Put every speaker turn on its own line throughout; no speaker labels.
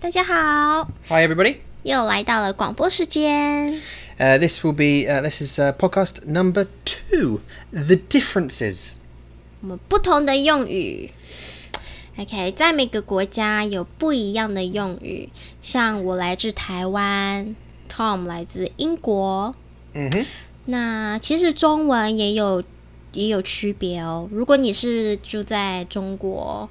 大家好，
Hi, everybody.
又来到了广播时间。
Uh, this will be uh, this is uh, podcast number two. The differences.
我们不同的用语。OK，在每个国家有不一样的用语，像我来自台湾，Tom 来自英国。
嗯哼，
那其实中文也有也有区别哦。如果你是住在中国，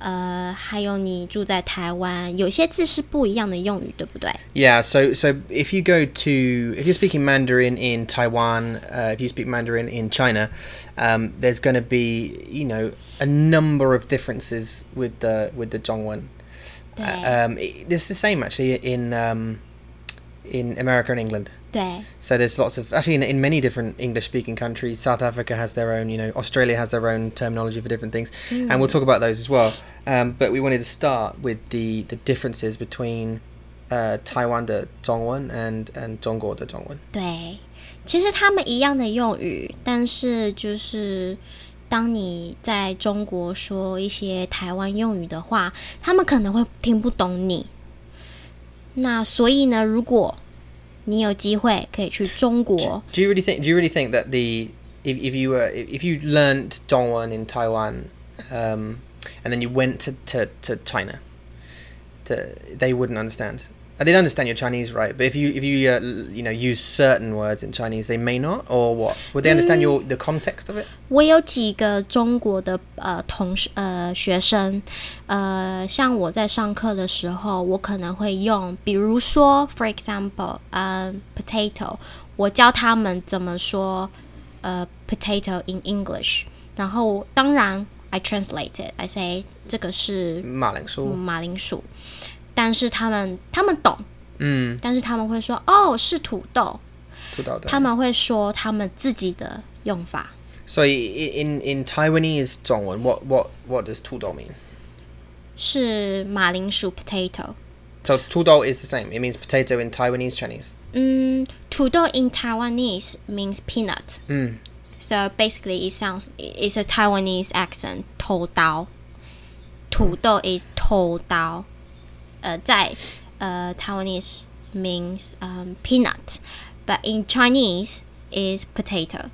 呃，还有你住在台湾，有些字是不一样的用语，对不对？
Yeah. So so if you go to if you're speaking Mandarin in Taiwan, uh, if you speak Mandarin in China, um, there's going to be you know a number of differences with the with the Zhongwen.
对、
Um, it, it's the same actually in um, in America and England.
对
So there's lots of actually in, in many different English speaking countries. South Africa has their own, you know, Australia has their own terminology for different things, and we'll talk about those as well. Um, but we wanted to start with the the differences between uh, Taiwan the Zhongwen and and Zhongguo the Zhongwen.
对，其实他们一样的用语，但是就是当你在中国说一些台湾用语的话，他们可能会听不懂你。那所以呢，如果你有机会可以去中国，
Do you really think? Do you really think that the if, if you were if you learnt Dongwon in Taiwan, um, and then you went to, to, to China, to, they wouldn't understand. Uh, They'd understand your Chinese, right? But if you if you uh, l- you know use certain words in Chinese, they may not, or what? Would they understand your the context of it?
我有几个中国的呃同事呃学生，呃，像我在上课的时候，我可能会用，比如说，for example，嗯、p o t a t o 我教他们怎么说呃 potato in English，然后当然 I translated，I say 这个是
马铃薯。
马铃薯，但是他们他们懂，
嗯，
但是他们会说哦是土豆，
土豆的。
他们会说他们自己的用法。
So i- i- in in Taiwanese Dongwon, what what what does tudou mean?
是马铃薯 potato。
So tudou is the same. It means potato in Taiwanese Chinese.
嗯，土豆 in Taiwanese means peanut。嗯。So basically, it sounds it's a Taiwanese accent. 头刀，土豆 is 头刀。呃，在呃 Taiwanese means um peanut, but in Chinese is potato.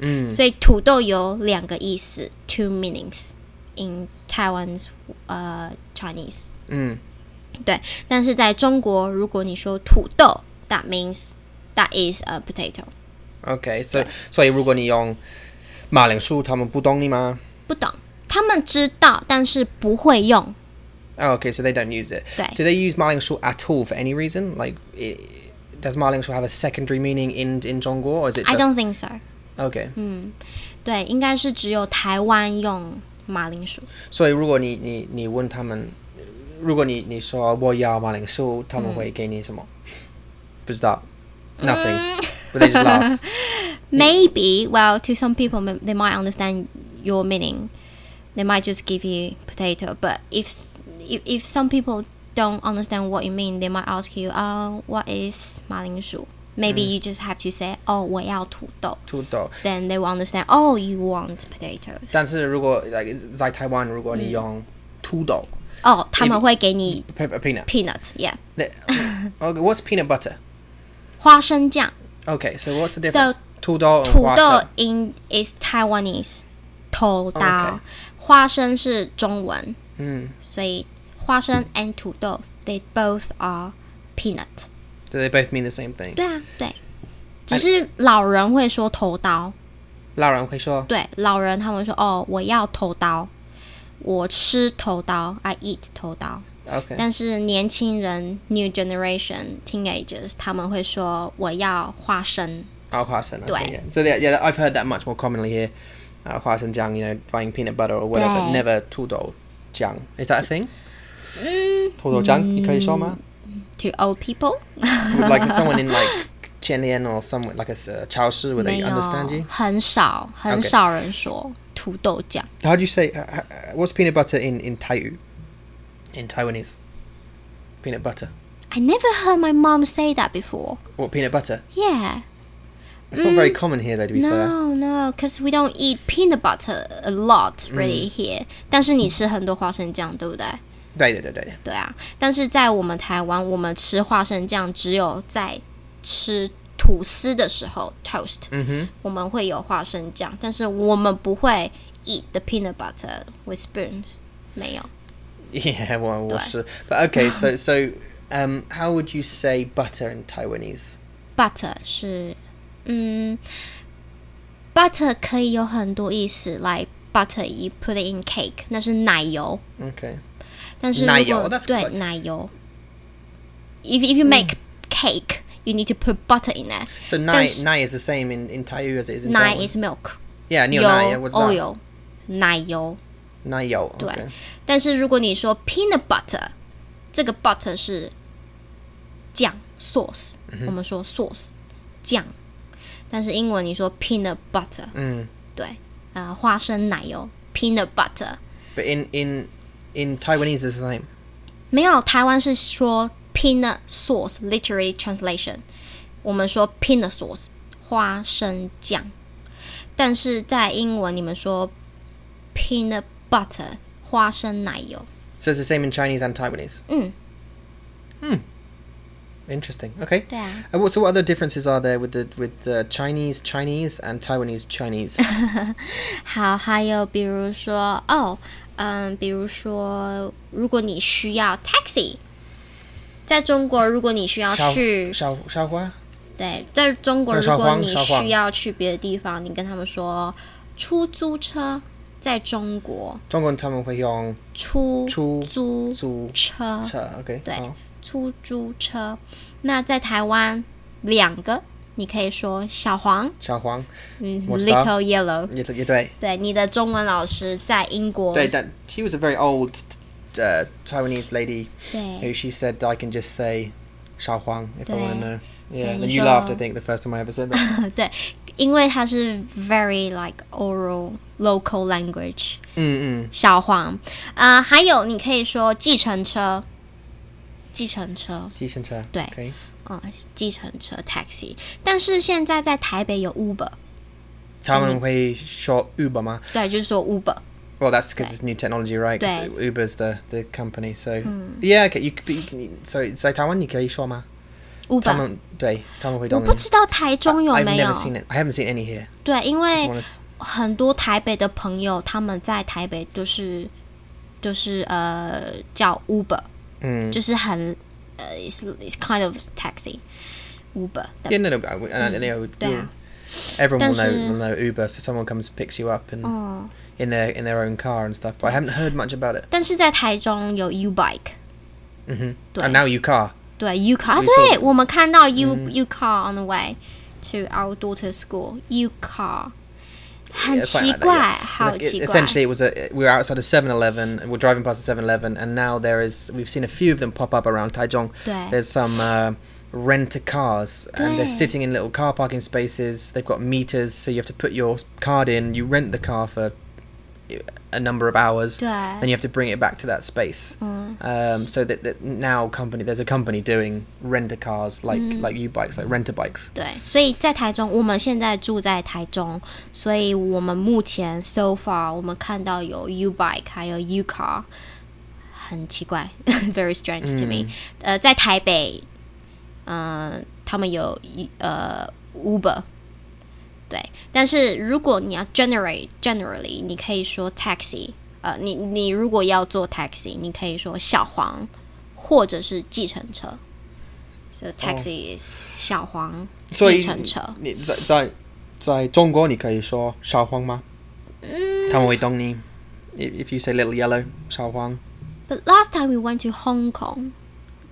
嗯。
所以土豆有两个意思，two meanings in Taiwan's 呃 Chinese.
嗯。
对，但是在中国，如果你说土豆，that means that is a potato，
OK，所以所以如果你用马铃薯，他们不懂你吗
不懂，他们知道，但是不会用。
？Oh, okay, so they don't use it.
对
Do they use 马铃薯 at all for any reason? Like, i does 马铃薯 have a secondary meaning in in 中国，or is it
I
just
don't think so。
okay？、
对，应该是只有台湾用马铃薯。
所以如果你你你问他们，如果你你说我要马铃薯，他们会给你什么？不知道，nothing。But they just laugh.
Maybe, well, to some people, m- they might understand your meaning. They might just give you potato. But if s- if, if some people don't understand what you mean, they might ask you, uh, what is 马铃薯 Maybe you just have to say, oh, 我要土豆。
土豆。
then they will understand. Oh, you want potatoes.
但是如果 like 在台湾，如果你用土豆
哦，他们会给你
pe- pe- peanut，
peanut，yeah，
那 okay, what's peanut butter？
花生酱。
Okay, so what's
So,
the difference? Tudor and
土豆
Huasan.
in is Taiwanese，头刀
OK。
花生是中文，
Mm.
所以花生 and 土豆 they both are peanut。
Do they both mean the same thing?
对啊，对。只是老人会说头刀，
Lara and Huishaw.
对，老人他们说哦，我要头刀，我吃头刀，I eat 头刀。
Okay.
但是年轻人 （new generation teenagers） 他们会说我要花生，
Oh, Huasan.
Dwayne.
Okay, yeah. So yeah, yeah, I've heard that much more commonly here. Uh, Huasan Jiang, you know, buying peanut butter or whatever.
Dwayne.
Never Tudor Jiang. Is that a thing?
Mm.
Tudor Jiang? You call ma?
to old people，
Would like someone in like Qianlian or somewhere like a uh, Chaoshi, would
没
they
有
understand you?
很少很
OK
少人说土豆酱。
How do you say, uh, uh, what's peanut butter in, in Taiyu? In Taiwanese? Peanut butter.
I never heard my mom say that before.
What, peanut butter?
Yeah,
It's not very common here though, to be fair.
Mm. no, no, because we don't
Mm
eat peanut butter a lot really here. 但是你吃很多花生酱，对不对？
对对对对，
对啊，但是在我们台湾，我们吃花生酱只有在吃吐司的时候 toast，
嗯哼，
我们会有花生酱，但是我们不会 eat the peanut butter with spoons，没有。
yeah, well, we'll see. But okay, so so, um, how would you say butter in Taiwanese?
butter 是，嗯，butter 可以有很多意思，like butter you put it in cake，那是奶油。
Okay,
但是如
奶油
果
Oh, that's
对
good
奶油，if if you make
Mm.
cake, you need to put butter in it.
so nai
但是-
nai is the same in in Taiyu as it is in
Nai
Taiwan.
is milk，
yeah,
油
neo nai. Yeah, what's that?
oil 哦奶油。
Nai yo.
对
Okay.
但是如果你说 peanut butter，这个 butter 是酱 sauce，、我们说 sauce 酱，但是英文你说 peanut butter，
嗯，
对，呃，花生奶油 peanut butter，
But in in in Taiwanese, it's the same.
没有台湾是说 peanut sauce literary translation，我们说 peanut sauce 花生酱，但是在英文你们说 peanut butter 花生奶油，
So it's the same in Chinese and Taiwanese. Hmm.
嗯，
Interesting. Okay.
对啊。
And what, so what other differences are there with the with the Chinese Chinese and Taiwanese Chinese?
好，还有比如说，哦，嗯，比如说，如果你需要 taxi，在中国，如果你需要
Shao-
去，
Shao- Shaohua?
对，在中国，
那
如
烧
果
荒
你
烧荒
需要去别的地方，你跟他们说出租车，在中国
中国人他们会用
出
出
租
租
车，
车，OK，哦
对
好，
出租车。那在台湾，两个你可以说小黄，
小黄
嗯
我知道
，Little Yellow。
也也对，
对，你的中文老师在英国，
对，但 she was a very old uh, Taiwanese lady
对
who she said I can just say 小黄 if I want to
对
know.
对
Yeah, and
你
you
说
laughed I think the first time I ever said that.
对，因为它是 very like oral local language。
嗯嗯，
小黄，呃，还有你可以说计程车，计程车，
计程车，
对
OK，
嗯，计程车 taxi。但是现在在台北有 Uber，
他们会说 Uber 吗
对，就是说 Uber，
？Well, that's because it's new technology, right? 'Cause
对
Uber's the the company, so yeah, okay, you, you, you so 在台湾你可以说吗？他
Uber。
们对他们会
我
当
不知道台中有
I've
没有
never seen it. I haven't seen any here.
对，因为
Honest.
很多台北的朋友他们在台北就是就是呃叫 Uber，
嗯，
就是很呃，it's it's kind of taxi Uber，但
Yeah, no, no, but I would- and I- and I would-
Yeah.
yeah. Everyone will know,
Does, uh,
will know Uber, so someone comes and picks you up and
嗯。
in their in their own car and stuff. But I haven't heard much about it.
但是在台中有 U Bike，
hmm
对
And now you car.
对 U Car，、啊、
没错
对我们看到 U、U Car on the way to our daughter's school U Car，很
Yeah, something
奇
like that,
怪
yeah.
好
It's like- it-
奇怪。
essentially, it was a we were outside a 7-Eleven and we're driving past a 7-Eleven, and now there is we've seen a few of them pop up around Taichung.
对
There's some uh, rent a cars, and they're
Yeah.
sitting in little car parking spaces. They've got meters, so you have to put your card in. You rent the car for a number of hours,
对
and you have to bring it back to that space.
嗯
um, so that, that now company there's a company doing renter cars like
Mm.
like U bikes like renter bikes.
对，所以在台中，我们现在住在台中，所以我们目前 so far 我们看到有 U Bike 还有 U Car，很奇怪 ，very strange to me、呃，在台北，呃，他们有呃 Uber，对，但是如果你要 generate generally，你可以说 taxi，呃，你你如果要坐 taxi，你可以说小黄或者是计程车。So taxi is 小黄计程车。
所以你在在在中国你可以说小黄吗？他们会懂你。If if you say little yellow
But last time we went to Hong Kong，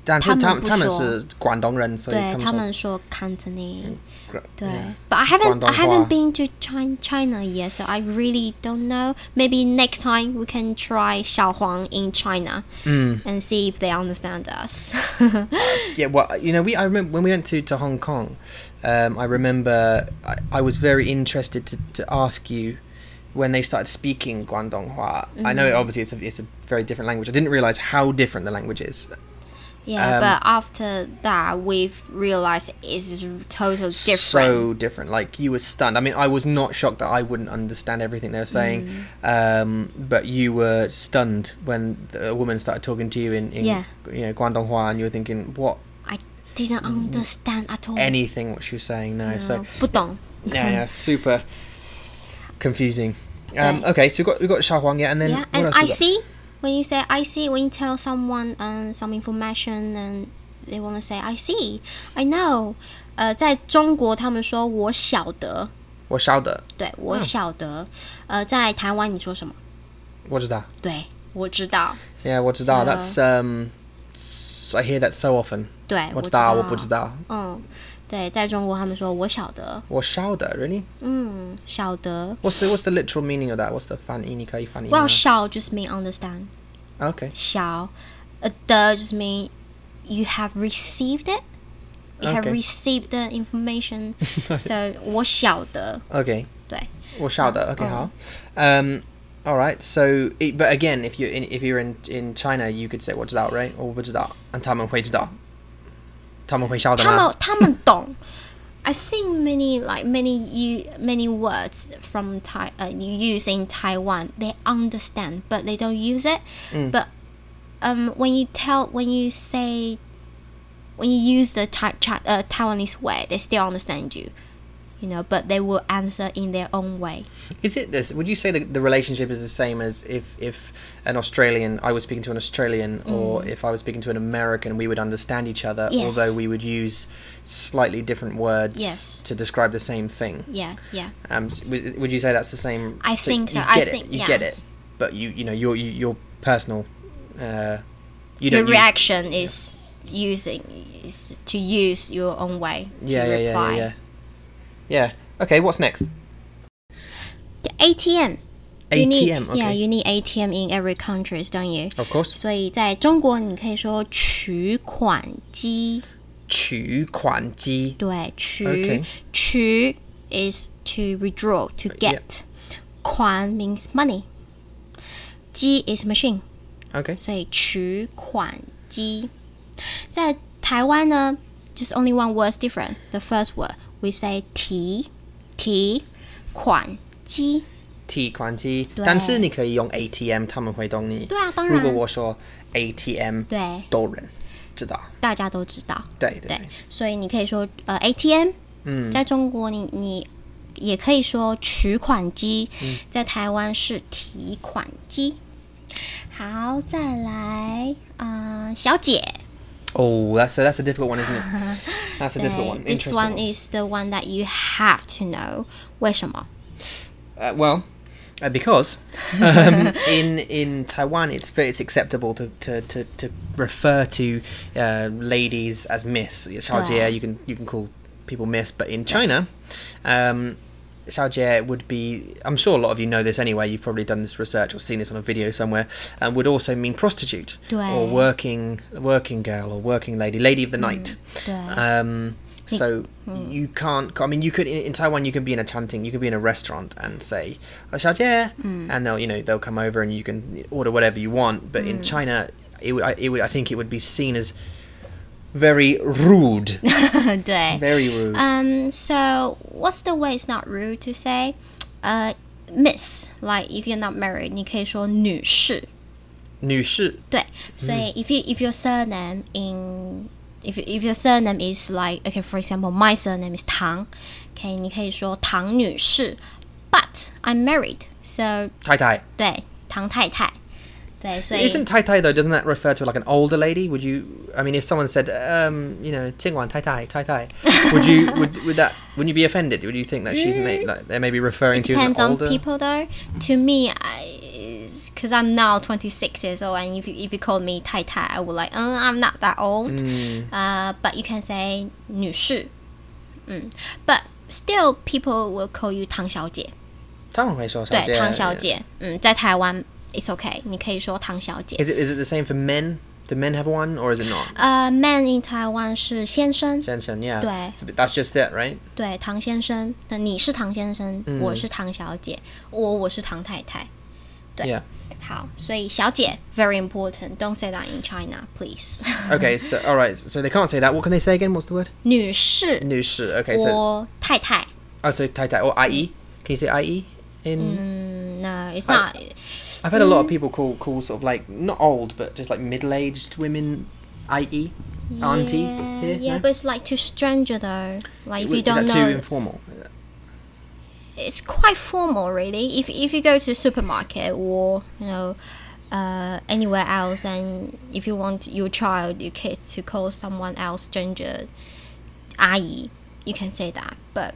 他们不说。对他们
小黄，但是他们他们是广东人，所以他们
说
说
Cantonese，对。
Yeah.
But I haven't I
广东话。
haven't been to China China yet, so I really don't know. Maybe next time we can try 小黄 in China
Mm.
and see if they understand us.
Yeah, well, you know, we I remember when we went to, to Hong Kong. Um, I remember I, I was very interested to, to ask you when they started speaking
Mm-hmm.
Guangdonghua. I know obviously it's a, it's a very different language. I didn't realize how different the language is.
Yeah,
Um,
but after that, we've realized it's totally different.
so different. Like you were stunned. I mean, I was not shocked that I wouldn't understand everything they were saying,
Mm.
um, but you were stunned when the- a woman started talking to you in, in
Yeah.
you know Guangdonghua, and you were thinking, "What?
I didn't
Mm-hmm.
understand at all.
Anything what she was saying?" No.
No,
So
不懂.
yeah, yeah, super confusing. Um, okay, so we got we got Sha Huang, yeah, and then
yeah,
what
and
else we
I
got?
see. When you say I see, when you tell someone um, some information and they want to say I see, I know. Uh, 呃，在中国他们说我晓得，
我晓得。
对，我晓得。呃，在台湾你说什么？
我知道。
对，我知道。
Yeah, 我知道. That's um, s- I hear that so often.
对，我知道。
我知道，我不知道。
嗯，对，在中国他们说我晓得，
我晓得, Really?
嗯，晓得。
What's the What's the literal meaning of that? What's the 翻译？你可以翻译吗
Well, 晓 just mean understand.
Okay.
晓，a the just mean you have received it. You have
Okay.
received the information. so 我晓得，
Okay.
对
我晓得. Okay.
Oh.
好. Um. All right. So, it, but again, if you're in if you're in in China, you could say 我知道, right? Or 我不知道, and 他们会知道.他们会晓得吗？
他们他们懂。I think many like many you many words from Tai uh, you use in Taiwan they understand but they don't use it. But um, when you tell when you say when you use the Thai, Chi- uh, Taiwanese way they still understand you, you know. But they will answer in their own way.
Is it this? Would you say that the relationship is the same as if if an Australian I was speaking to an Australian or if I was speaking to an American, we would understand each other,
Mm. Yes.
although we would use slightly different words
Yes.
to describe the same thing.
Yeah, yeah.
Um, s- would, would you say that's the same?
I think
You
so. I
get
think-
it. You
yeah.
get it. But you you know your you, your personal. Uh, you
Your
don't use-
reaction is using is to use your own way to
yeah, yeah, yeah,
reply.
yeah, yeah. Yeah. Okay. What's next?
The ATM.
ATM.
You need,
okay.
Yeah, you need ATM in every countries, don't you?
Of course.
所以在中国，你可以说取款机，
取款机.
对，取
Okay. Uh,
取 is to withdraw to
yeah.
get，、款 means money，机 is machine，
Okay.
所以取款机。在台湾呢，just only one word is different. The first word we say 提提款机，
提款机，
对。
但是你可以用 ATM 他们会懂你。
对啊，当然。
如果我说 ATM
对，
多人知道，对对
大家都知道。对，所以你可以说呃 ATM，嗯，在中国你你也可以说取款机，在台湾是提款机。好，再来，呃，小姐，
Oh, that's a, that's a difficult one, isn't it? That's a
对
difficult one.
，this
Interesting.
one is the one that you have to know，为什么？
Uh, well, uh, because um, in in Taiwan, it's very- it's acceptable to to, to, to refer to uh, ladies as Miss. Xiaojie, you can you can call people Miss, but in China, um, Xiaojie would be. I'm sure a lot of you know this anyway. You've probably done this research or seen this on a video somewhere, and would also mean prostitute or
Right.
working working girl or working lady, lady of the night.
right.
Um,
Hmm.
so you can't. I mean, you could in, in Taiwan. You can be in a chanting. You can be in a restaurant and say "Oh, "xiaojie,"
Hmm.
and they'll you know they'll come over and you can order whatever you want. But
Hmm.
in China, it, would- I- it would I think it would be seen as very rude.
对，
very rude.
Um, so what's the way it's not rude to say? Uh, miss, like if you're not married, 你可以说女士。
女士
对，所以 if you if your surname in if if your surname is like okay for example my surname is Tang, okay 你可以说唐女士，but I'm married, so
太太
对唐太太，对，所以
Isn't tai tai though? Doesn't that refer to like an older lady? Would you? I mean, if someone said, um, you know, Tingwan tai tai tai tai, would you? Would would that? Wouldn't you be offended? Would you think that she's may, like they may be referring to you as an
Mm. depends on
older?
people though. To me, I because I'm now 26 years old, and if you if you call me 太太 I would like, um, I'm not that old.
Mm.
Uh, but you can say 女士，嗯，but still people will call you 唐小姐。
他们会说小姐，
对，唐小
yeah.
姐，嗯，mm, 在台湾，it's okay，你可以说唐小姐。
Is it is it the same for men? Do men have one or is it not?
呃、m a n Uh, in Taiwan 是先生，
Jensen, yeah.
对。
So, but that's just it, right?
对，唐
嗯
先生。那你是唐先生，我是唐小姐，我我是唐太太。对
Yeah.
好，所以小姐 very important. Don't say that in China, please.
Okay. So all right. So they can't say that. What can they say again? What's the word?
女士，
女士. Okay. So
我太太。
oh, so tai tai or ie. Can you say ie in?
Mm, No, it's not.
I've had a lot of people call call sort of like not old but just like middle aged women, ie, auntie.
Yeah,
here,
yeah,
no?
but it's like too stranger though. Like if you
Is
don't
that
know,
too informal?
it's quite formal really. If if you go to a supermarket or you know uh, anywhere else, and if you want your child, your kids to call someone else stranger, ayi, you can say that. But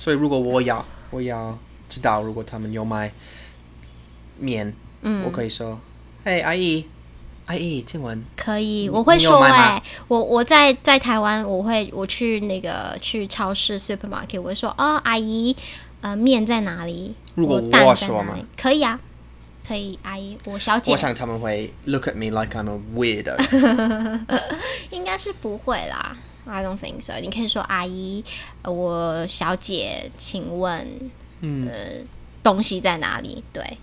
所以如果我要我要知道，如果他们有买
Mm.
面，嗯，我可以说，嘿，阿姨，阿姨，静雯，
可以，我会
你有
说
买吗
哎、我我在在台湾，我会我去那个去超市 supermarket，我会说哦，阿姨，呃，面在哪里？
如果
我蛋
我
在
说
哪里
嘛？
可以啊，可以，阿姨，我小姐
我想他们会 look at me like I'm a weirdo。
应该是不会啦，I don't think so。你可以说阿姨，呃我小姐，请问，嗯、呃，东西在哪里？对，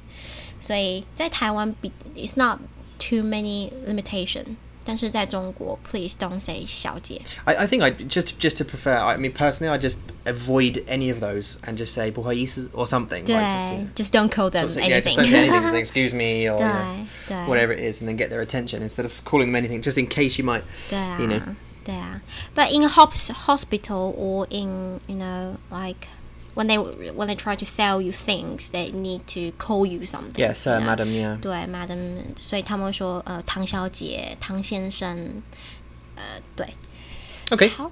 所以在台湾比 it's not too many limitation，但是在中国，please don't say 小姐。
I, I think I just just to prefer. I mean, personally, I just avoid any of those and just say 不好意思 or something. Like just, you know,
对，just don't call them
so- yeah, just don't say anything. Just say
anything。
excuse me or you know,
对对，
whatever it is, and then get their attention instead of calling them anything, just in case you might.
对啊
you know.
对啊。But in hos hospital or in you know like when they when they try to sell you things, they need to call you something.
Yeah, sir,
you know.
uh, madam, yeah.
对，madam，所以他们会说呃唐小姐、唐先生，呃对。
Okay.
好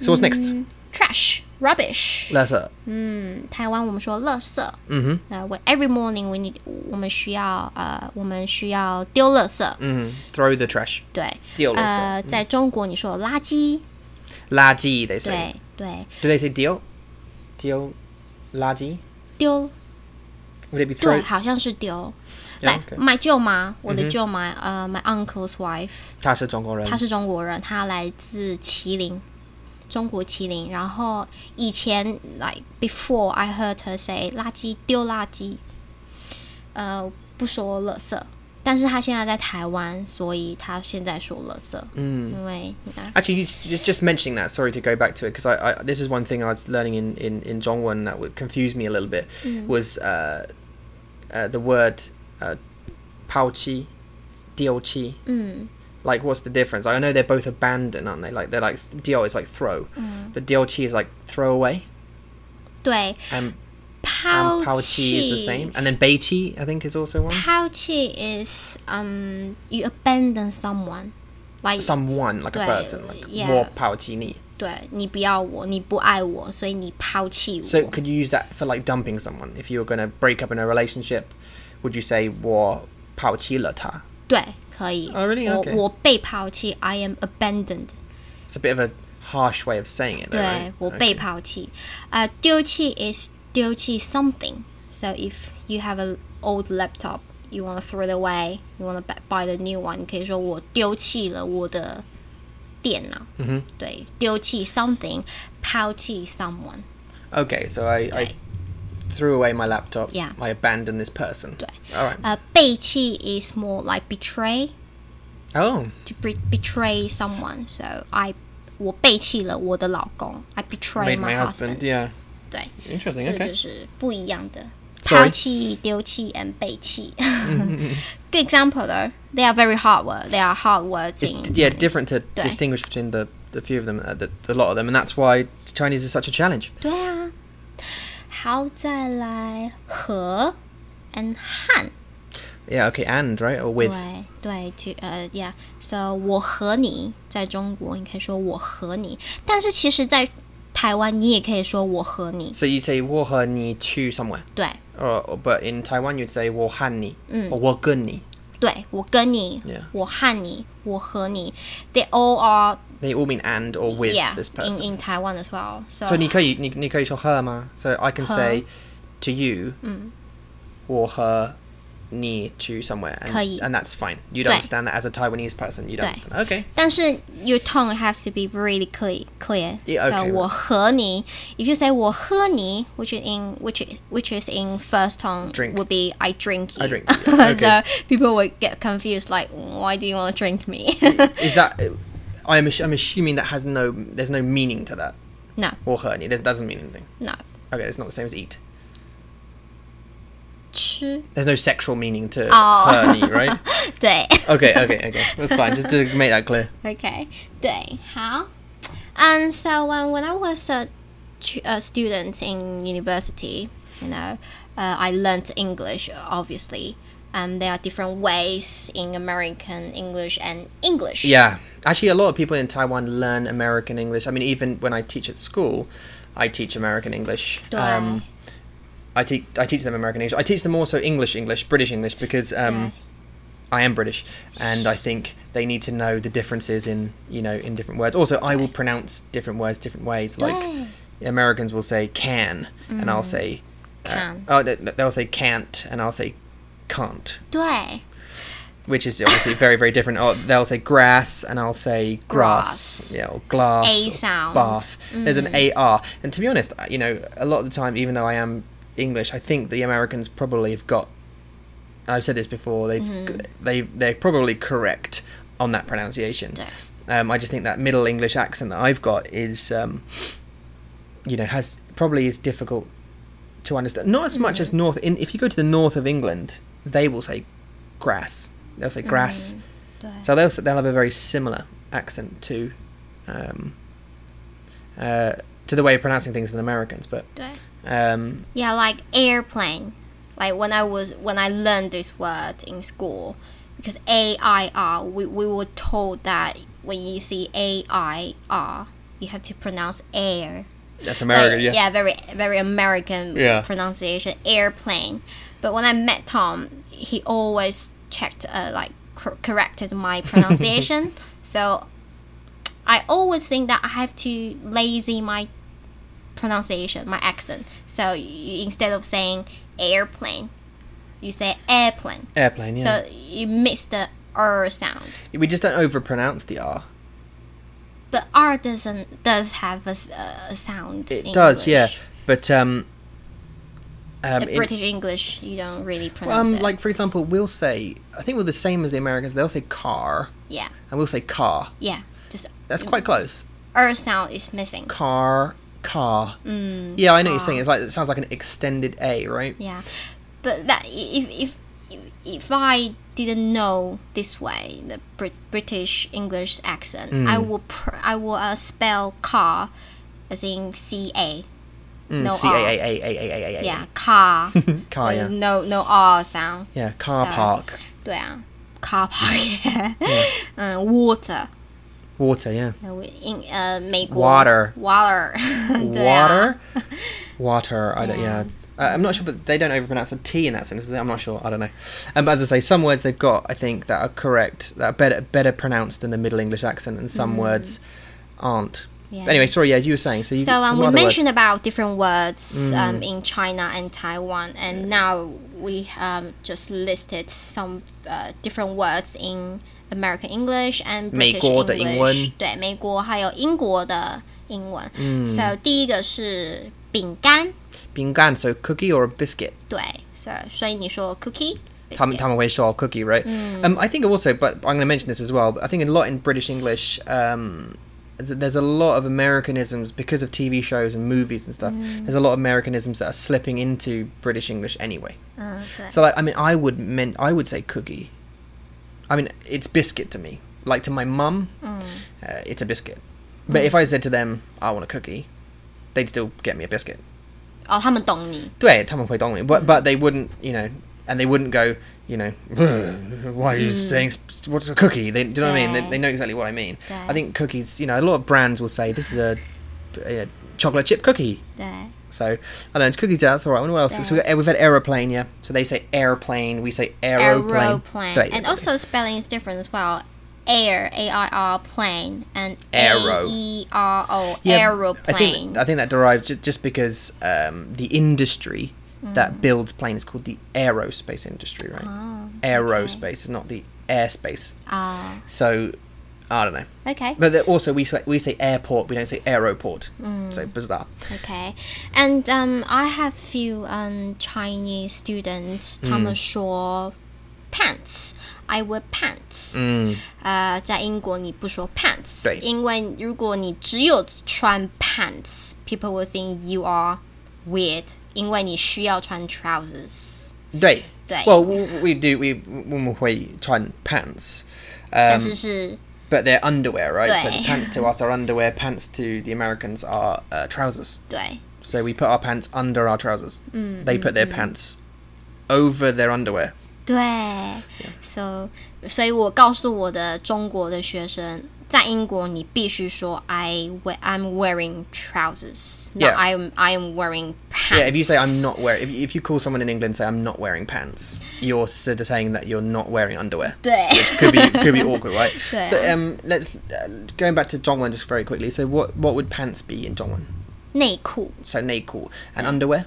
So what's next?
，trash rubbish，
That's it.
嗯，台湾我们说垃圾。
Mhm.
呃、我 every morning we need 我们需要呃我们需要丢垃圾。
Mhm. Throw the trash.
对，
丢垃圾
呃，在中国你说垃圾，
垃圾, they say.
对对，
Do they say deal? Deal laji?
丢，
Would it be throw?
对，好像是丢。
Yeah,
来
okay.，嗯
my 舅妈，我的舅妈，呃，my uncle's wife，
她是中国人。
她是中国人，她来自麒麟，中国麒麟。然后以前，like before I heard her say 垃圾丢垃圾，呃，不说垃圾，但是她现在在台湾，所以她现在说垃圾，嗯，因为你看
Actually, you, just, just mentioning that. Sorry to go back to it because I, I this is one thing I was learning in in in Zhongwen that would confuse me a little bit was uh, uh, the word uh, pouchi, diolchi.
Mm-hmm. 嗯
Like, what's the difference? I know they're both abandon, aren't they? Like, they're like dio is like throw, but diolchi is like throw away,
对，
and,
抛
and pouchi Um， is the same, and then beichi I think is also one.
Pouchy is um you abandon someone, like
Someone like a
Right,
person, like
yeah.
more pouchini.
对你不要我，你不爱我，所以你抛弃我。
So could you use that for like dumping someone? If you were going to break up in a relationship, would you say 我抛弃了他"?
对，可以。
Oh, really?
我
Okay.
我被抛弃，I am abandoned。
It's a bit of a harsh way of saying it. though,
对
right?，
我
Okay.
被抛弃。呃，丢弃 is 丢弃 something. So if you have an old laptop, you want to throw it away, you want to buy the new one，你可以说我丢弃了我的电脑。嗯
Mm-hmm。
哼。对，丢弃 something，抛弃 someone。
Okay, so I, I threw away my laptop.
Yeah.
I abandoned this person. All right. Uh,
呃，背弃 is more like betray
oh,
to be- betray someone. So I 我背弃了我的老公，I betray
made my husband. Yeah.
对，
Interesting.
这个就
Okay.
是不一样的。
Sorry
抛弃、丢弃 and 背弃。Good example though. They are very hard word. They are hard words in
It's, yeah,
Chinese.
different to
对
distinguish between the, the few of them, uh, the, the lot of them, and that's why Chinese is such a challenge.
对啊。好，再来和 and 汉。
Yeah. Okay. And right or with.
对对，to 呃、yeah，so 我和你在中国，你可以说我和你，但是其实，在台湾你也可以说我和你。
So you say 我和你去 somewhere.
对
Or, or- Uh, but in Taiwan, you'd say 我和你
Mm.
or 我跟你.
对，我跟你
Yeah.
我和你，我和你，they all are
They all mean and or with
yeah
this person.
in in Taiwan as well. So,
so
Mm.
你可以你你可以说 her 吗？So I can say to you 我和 near to somewhere, and,
可以
and that's fine. You'd understand that as a Taiwanese person. You'd
对
understand. Okay.
但是 your tongue has to be really clear. Clear.
Yeah, okay,
so 我和你，if you say 我喝你，which is in which is- which is in first tongue
Drink.
would be I drink you.
I drink you, yeah, okay.
so people would get confused, like why do you want to drink me?
Is that? I'm ass- I'm assuming that has no. There's no meaning to that.
no,
Or her. That doesn't mean anything.
no.
Okay, it's not the same as eat.
吃
There's no sexual meaning to
Oh.
her knee, right?
对。
Okay, okay, okay. That's fine. Just to make that clear.
Okay. 对，好。And so when when I was a, ch- a student in university, you know, uh, I learned English obviously. And there are different ways in American English and English.
Yeah. Actually, a lot of people in Taiwan learn American English. I mean, even when I teach at school, I teach American English. Um, I teach I teach them American English. I teach them also English English, British English, because um, I am British, and I think they need to know the differences in you know in different words. Also, I will pronounce different words different ways. Like
Right.
Americans will say can, and I'll say
Can.
Uh, oh, they- they'll say can't, and I'll say can't,
对，
which is obviously very very different. Oh, they'll say grass, and I'll say grass.
Grass.
Yeah, or glass.
A
or
sound. Mm.
Bath. There's an AR, and to be honest, uh, you know, a lot of the time, even though I am English, I think the Americans probably have got. I've said this before. They've
Mm-hmm.
they they're probably correct on that pronunciation.
Yeah.
Um, I just think that middle English accent that I've got is, um, you know, has probably is difficult to understand. Not as much as north. In, if you go to the north of England, they will say grass. They'll say grass.
对。
So they'll they'll have a very similar accent to, um, uh, to the way of pronouncing things in Americans. But
对。
um,
Yeah, like airplane. Like when I was when I learned this word in school, because A I R, we, we were told that when you see A I R, you have to pronounce air.
that's American,
Like,
yeah.
very very American
Yeah.
pronunciation. Airplane. But when I met Tom, he always checked uh, like cor- corrected my pronunciation. so I always think that I have to lazy my pronunciation, my accent. So you, instead of saying airplane, you say airplane.
Airplane, yeah.
So you miss the r sound.
we just don't overpronounce the R.
But r doesn't does have a, s- uh, a sound.
It does, yeah.
English.
But um, um,
The
in-
British English, you don't really pronounce
um,
it.
like for example, we'll say I think we're the same as the Americans. They'll say car,
yeah,
and we'll say car.
yeah. Just
That's quite close.
r sound is missing.
Car, car. Mm, yeah, I know what you're saying. It's like it sounds like an extended A, right?
Yeah, but that if if if I didn't know this way the Brit- British English accent, I
Mm.
would pr- I would uh, spell car as in C A, no
Mm, C A A
R.
A A A A A.
Yeah, car. Uh,
Car, yeah.
No no R sound.
Yeah, car
So-
park,
对啊，car park. yeah. Uh, 嗯，water.
water, yeah.
In uh, 美国
Water.
water 对啊。
Water, water. I don't. Yeah, it's, uh, I'm not sure, but they don't overpronounce the T in that sentence. I'm not sure. I don't know. Um, but as I say, some words they've got, I think, that are correct, that are better better pronounced than the Middle English accent, and some words aren't.
Yeah.
Anyway, sorry. Yeah, you were saying. So, you,
So um,
some
we
other
mentioned
words. Mm.
about different words um, in China and Taiwan, and now we um, just listed some uh, different words in American English and British
美国的英文。
English. 对，美国还有英国的英文。So
Mm.
第一个是饼干，对，所以所以你说
Bingan, so cookie or a biscuit.
cookie，
Tam Tam away shawl cookie, right? Um, I think also, but I'm going to mention this as well. But I think a lot in British English, um, th- there's a lot of Americanisms because of TV shows and movies and stuff. There's a lot of Americanisms that are slipping into British English anyway.
嗯，对。
So like, I mean, I would meant I would say cookie. I mean, it's biscuit to me. Like to my mum,
Mm.
uh, it's a biscuit. But if I said to them, I want a cookie, they'd still get me a biscuit.
哦，他们懂你。
对，他们会懂你, but
Mm.
but they wouldn't, you know, and they wouldn't go, you know, why are you saying sp- what's a cookie? They do you know what I mean? They,
Mm. Yeah.
they know exactly what I mean.
Yeah.
I think cookies, you know, a lot of brands will say this is a, a chocolate chip cookie.
对
So I don't know, cookies. That's all right. I wonder what else. So we got, eh, we've had aeroplane, yeah. So they say airplane, we say aeroplane.
aeroplane,
对，
and
对，对。
also spelling is different as well. Air, A I R, plane, and
Aero.
A E R O,
Yeah, I
aeroplane.
think, I think that derives just, just because um, the industry that builds planes called the aerospace industry, right?
Mm. Oh,
aerospace is not the airspace.
Ah,
So I don't know.
okay.
But there- also we say, we say airport, we don't say aeroport.
Mm.
So bizarre.
Okay, and um, I have few um Chinese students，、他
Hmm.
们说 pants，I wear pants。嗯，呃，在英国你不说 pants，
Hmm. 对
因为如果你只有穿 pants，people will think you are weird，因为你需要穿 trousers。
对。
对
Well, we, we do we 我们会穿 pants,
但是是
but they're underwear, right? So the
对。
pants to us are underwear. Pants to the Americans are uh, trousers.
对
So we put our pants under our trousers.
Mm,
They put their pants over their underwear.
对，so 所以我告诉我的中国的学生，在英国你必须说 I wear I'm wearing trousers, not
Yeah.
I'm I'm wearing pants.
Yeah, if you say I'm not wearing, if you, if you call someone in England say I'm not wearing pants, you're sort of saying that you're not wearing underwear.
对
Could be could be awkward, right?
Yeah.
So um, let's uh, going back to Dongwon just very quickly. So what what would pants be in Dongwon?
内裤
So nakul and underwear,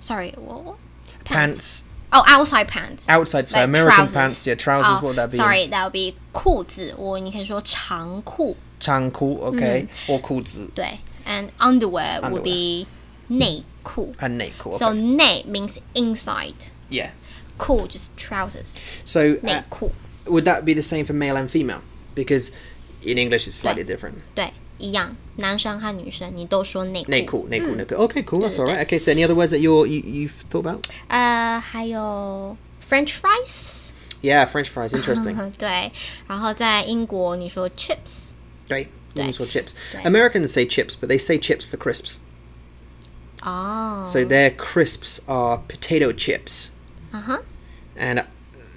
，sorry 我我
pants,
oh outside pants
outside so
like
American
trousers.
pants, yeah, trousers.
Oh,
what would that be?
Sorry, that would be 裤子，我你可以说长裤，
长裤,
Mm.
okay, or 裤子
对，and underwear, would be 内裤。
and nakul. Okay.
So 内 means inside，
yeah.
裤就是 trousers，
So uh,
内裤。
would that be the same for male and female? Because in English it's slightly different.
对，一样，男生和女生你都说内裤。
Nakul, nakul, nakul. Okay, cool. That's all right. Okay, so any other words that you're, you you've thought about?
呃，还有 French fries。
Yeah, French fries. Interesting.
嗯，对。然后在英国你说 chips，
Great. Dinosaur chips.
Right.
Americans say chips, but they say chips for crisps.
哦，
So their crisps are potato chips,
啊哈，
and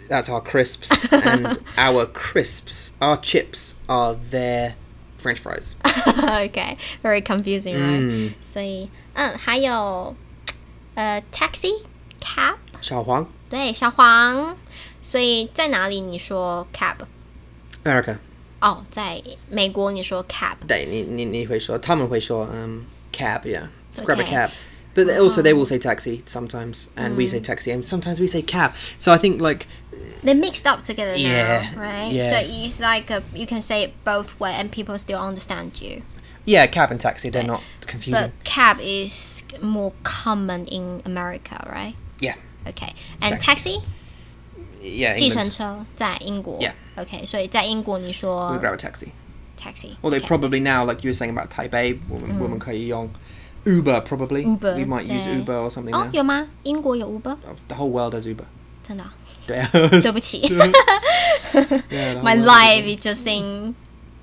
that's our crisps. and our crisps, our chips, are their French fries.
OK，very confusing right？所以，嗯，还有呃 taxi cab，
Xiao Huang,
对，小黄。所以在哪里你说 cab？
America.
哦，在美国你说 cab，
对，你你你会说，他们会说，um, cab, yeah, Let's grab a
Okay.
cab. But they- also, they will
Uh-huh.
say taxi sometimes, and we
Mm.
say taxi, and sometimes we say cab. So I think like
they mixed up together now,
Yeah,
right?
yeah.
So it's like a, you can say it both way, and people still understand you.
yeah, cab and taxi, they're not confusing.
But cab is more common in America, right?
yeah,
Okay, and taxi
yeah.
计
England,
程车在英国。
Yeah.
Okay，所以在英国你
we
说
grab a taxi.
taxi。
Although
Okay. Mm.
probably now, like you were saying about Taipei, woman, woman Koi Yong, Uber probably.
Uber,
We might use
yeah.
Uber or something
哦，
now.
Oh, 有吗？英国有 Uber？
The whole world has Uber.
真的啊？
对
对不 起
Yeah, the
，My
whole world has
life is just in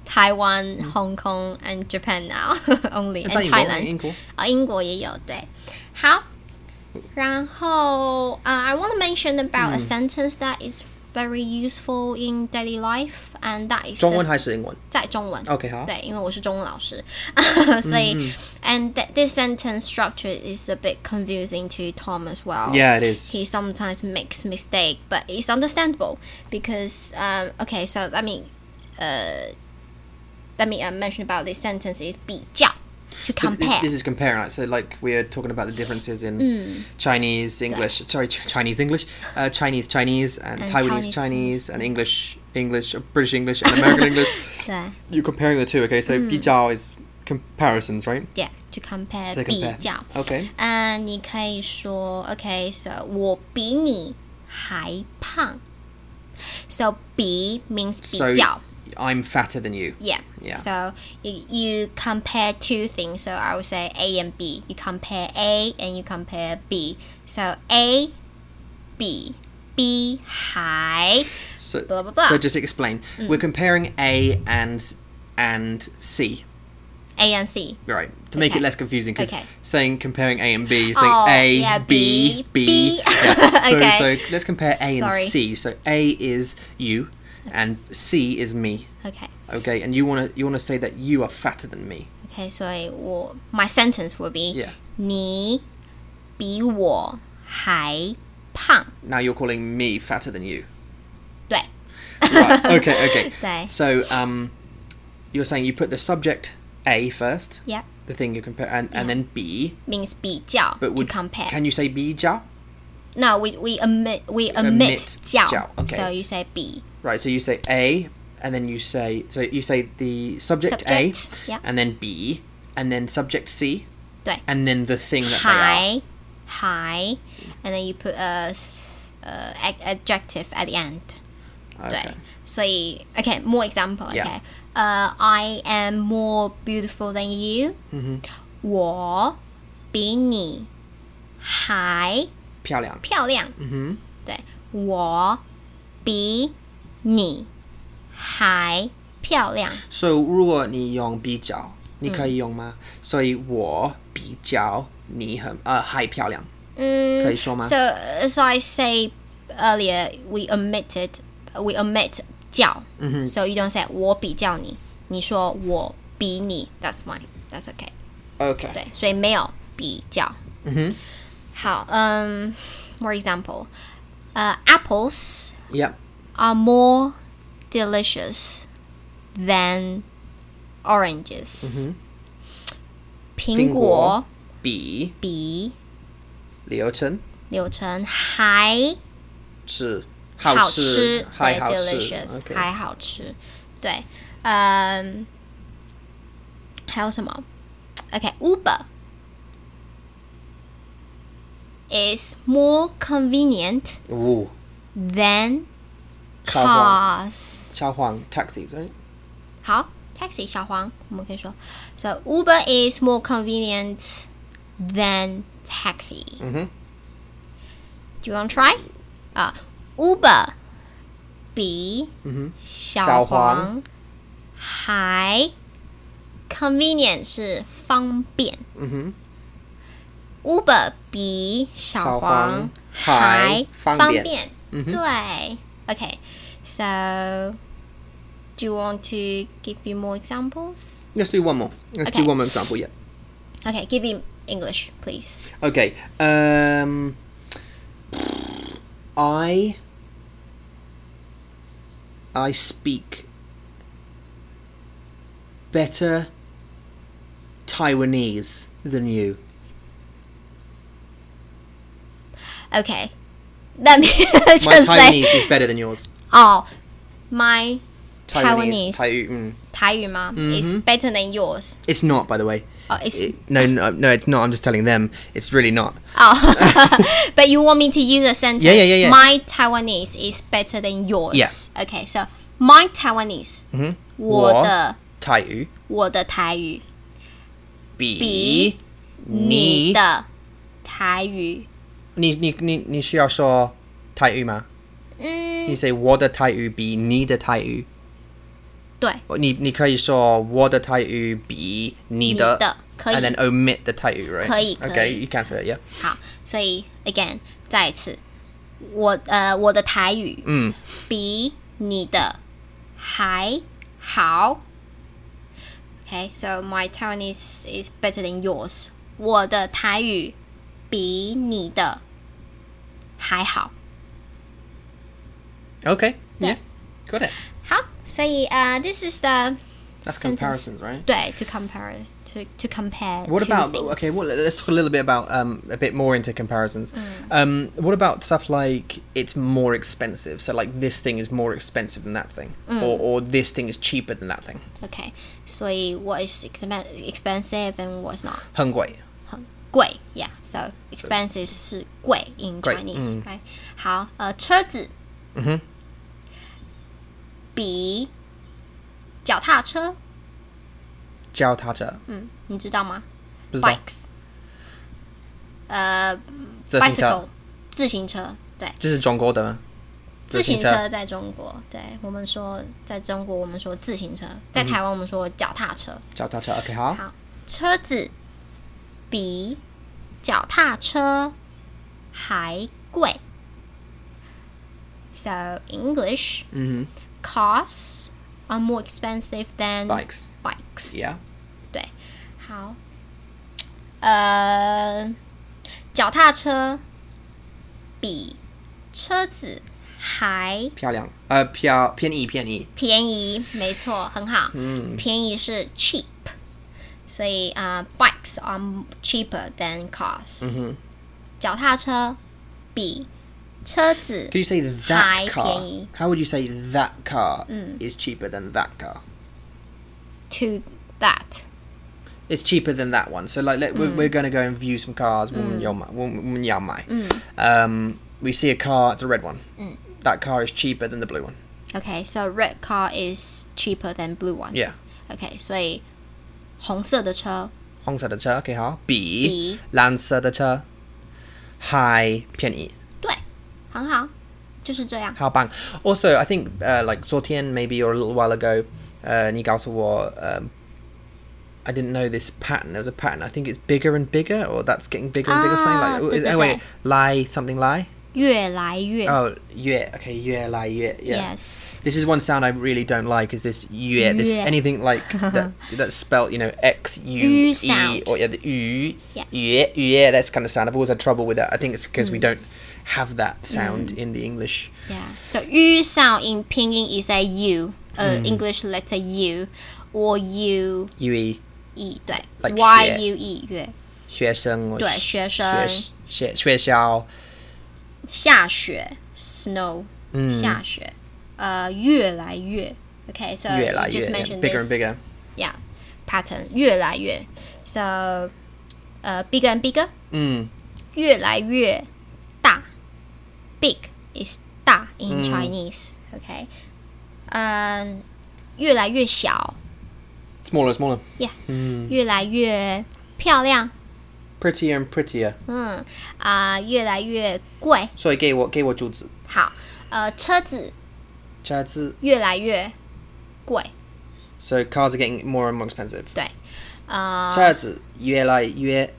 Taiwan, Hong Kong, and Japan now only, and
在英国
Thailand.
英国
啊，英国也有对。好，然后啊、i want to mention about a sentence that is very useful in daily life, and that is the-
中文还是英文？
在中文。
OK，好
对，因为我是中文老师， 所以、and th this sentence structure is a bit confusing to Tom as well.
Yeah, it is.
He sometimes makes mistake, but it's understandable because um, okay, so let me uh, let me uh, mention about this sentence is 比较 to
So th-
compare.
This is comparing, right? So, like, we're talking about the differences in
Mm.
Chinese, English, sorry, Ch- Chinese, English, uh, Chinese, Chinese, and,
And
Taiwanese,
Taiwanese,
Chinese, and English, English, or British English, and American English.
对。
You're comparing the two, okay? So,
Mm.
bijao is comparisons, right?
Yeah, to compare
To
比
compare.
较。
Okay.
嗯、你可以说 OK，so、我比你还胖。So 比 means 比
So,
较。
I'm fatter than you.
yeah.
Yeah.
So you, you compare two things. So I would say A and B. You compare A and you compare B. So A, B, B 还
So,
Blah, blah, Mm. blah.
so just explain. We're comparing A and and C,
A and C.
right? To make it
Okay.
less confusing, because
Okay.
saying comparing A and B, you're saying
Oh,
A,
yeah,
B,
B, B.
Yeah. So,
Okay.
so let's compare A
Sorry.
and C. So A is you, and C is me.
Okay.
Okay, and you wanna you wanna say that you are fatter than me.
Okay, so I will, my sentence will be
Yeah.
你比我还胖，
Now you're calling me fatter than you.
对
Right. Okay. Okay.
对
So um, you're saying you put the subject A first.
，Yep
the thing you compare, and, and then B.
means 比较
But
to
would
compare.
Can you say bija?
no, we we omit we omit
Omit
较
jiao, okay.
so you say 比
Right. So you say A, and then you say so you say the subject,
Subject,
A,
yeah.
and then B, and then subject C,
对
and then the thing that they are.
还还 and then you put a s- 呃 ad- adjective at the end. 对
Okay.，
所以 OK more example
Yeah.
OK，呃、I am more beautiful than you，、我比你还
漂亮。
漂亮，
Mm-hmm.
嗯、对，我比你还漂亮，
So 如果你用比较，你可以用吗？所以我比较你很呃还漂亮，
嗯，
可以说吗？
So as I say earlier, we omitted we omit 较、so you don't say 我比较你，你说我比你，that's fine, that's okay.
Okay.
对，所以没有比较。嗯哼。好，嗯、m o r e example，呃、a p p l e s
Yep.
are more delicious than oranges。苹
苹
果
果比
比
流程
柳橙还
是
好吃，
还
对
好吃。
delicious
OK
还好吃，对，嗯、还有什么？OK，Uber、is more convenient
哦，
than
小黄
cars。
小黄 taxis right?
好，taxi 小黄，我们可以说，so Uber is more convenient than taxi。嗯
哼。
Do you want to try？啊、u b e r 比
小
小
黄
黄还 convenient 是方便。嗯哼。Uber 比小
小
黄
黄
还
还
方
方便
便。对，OK。So, do you want to give you more examples?
Let's do one more. Let's do
Okay.
one more example. Yeah.
Okay, give him English, please.
Okay. Um, I I speak better Taiwanese than you.
Okay, let me
My
translate.
Taiwanese is better than yours.
Oh, my
Taiwanese.
Taiwanese,
Tai- mm.
台语吗 is better than yours.
It's not, by the way.
Oh, it's
Mm-hmm. It- no, no, no, it's not. I'm just telling them. It's really not.
oh, but you want me to use a sentence?
Yeah, yeah, yeah, yeah.
My Taiwanese is better than yours.
Yeah.
Okay, so my Taiwanese,
Mm-hmm.
我的
Tai
我的台语，
bi
你的台语。
你你你你需要说泰语吗？
嗯，
你 say 我的泰语比你的泰语，
对，
你你可以说我的泰语比你的，
你的可以
and then omit the 泰语，right？
可以可
Okay,
以
you can say that, yeah.
好，所以 again 再一次，我呃我的台语
嗯，
比你的还好。Okay, so my Taiwanese is better than yours. 我的台语比你的还好。
Okay, yeah, got it.
好，所以呃、t h i s is the
That's
Sentence.
comparisons, right?
对 to compare to to compare.
What
two
about
things.
okay? Well, let's talk a little bit about um, a bit more into comparisons.
Mm.
Um, what about stuff like it's more expensive? So like this thing is more expensive than that thing,
Mm.
or or this thing is cheaper than that thing.
Okay，所以 what is expen- expensive and what's not.
很贵。
很贵，yeah。So expenses 是贵 in
贵嗯
Chinese，right？好，呃，车子，嗯
哼，
比脚踏车，
脚踏车，
嗯，你知道吗
不知道
？Bikes，呃
自行车
，bicycle，自行车，对，
这是中国的吗？
自行
自行
车在中国，对我们说，在中国我们说自行车，在台湾我们说脚踏车。
脚踏车，OK，好。
好，车子比脚踏车还贵。So English
嗯
cars are more expensive than
哼，bikes。
bikes.
Yeah.
对，好，呃，脚踏车比车子还
漂亮，呃，漂便宜便宜
便宜，没错，很好。嗯，便宜是 cheap，所以啊、b i k e s are cheaper than cars。脚踏车比车子
Could you say
Hi,
that car?
Penny.
How would you say that car is cheaper than that car?
to that
It's cheaper than that one. So like, let, we're, we're going to go and view some cars. 我们要买-我们-我们要买。Um, we see a car. It's a red one. That car is cheaper than the blue one.
Okay, so red car is cheaper than blue one.
Yeah.
Okay，所以红色的车比。，
红色的车可以好，比蓝色的车还便宜，好棒。
对，
Also,
很好，就是这样。
I think uh, like 昨天 maybe or a little while ago, uh, 你告诉我, um, I didn't know this pattern. There was a pattern. I think it's bigger and bigger, or that's getting bigger and bigger.
Ah,
something like oh,
对，对，对。
wait, lie something lie.
越来越、
Oh, yeah. Okay, yeah, lie, yeah, yeah.
yes，
This is one sound I really don't like. Is this yeah? This
Yeah.
anything like that? That's spelt you know X U
Ooh
E
sound.
or yeah the U
Yeah. Hmm.
yeah yeah. That's kind of sound. I've always had trouble with that. I think it's because we don't have that sound in the English.
yeah. So U sound in pinyin is a U, a
Mm.
English letter U or U
U E
E 对
Like
Y
学
U E 越
学生或
对，学
学-
生。
学-学校
下雪 snow
Mm.
下雪呃越来越 Okay, so you
越来越
just
yeah,
mentioned
bigger and
this.
bigger.
yeah pattern 越来越，so 呃、bigger and bigger
嗯
越来越大，big is 大 in
Mm.
Chinese，OK，、嗯，越来越小
smaller and smaller.
，yeah，、越
嗯
来越漂亮，
Prettier and prettier.
嗯啊、越来越贵，
所以给我给我住址，车子
好，呃，车子越来越贵，
So cars are getting more and more expensive.
对，呃，
车子越来越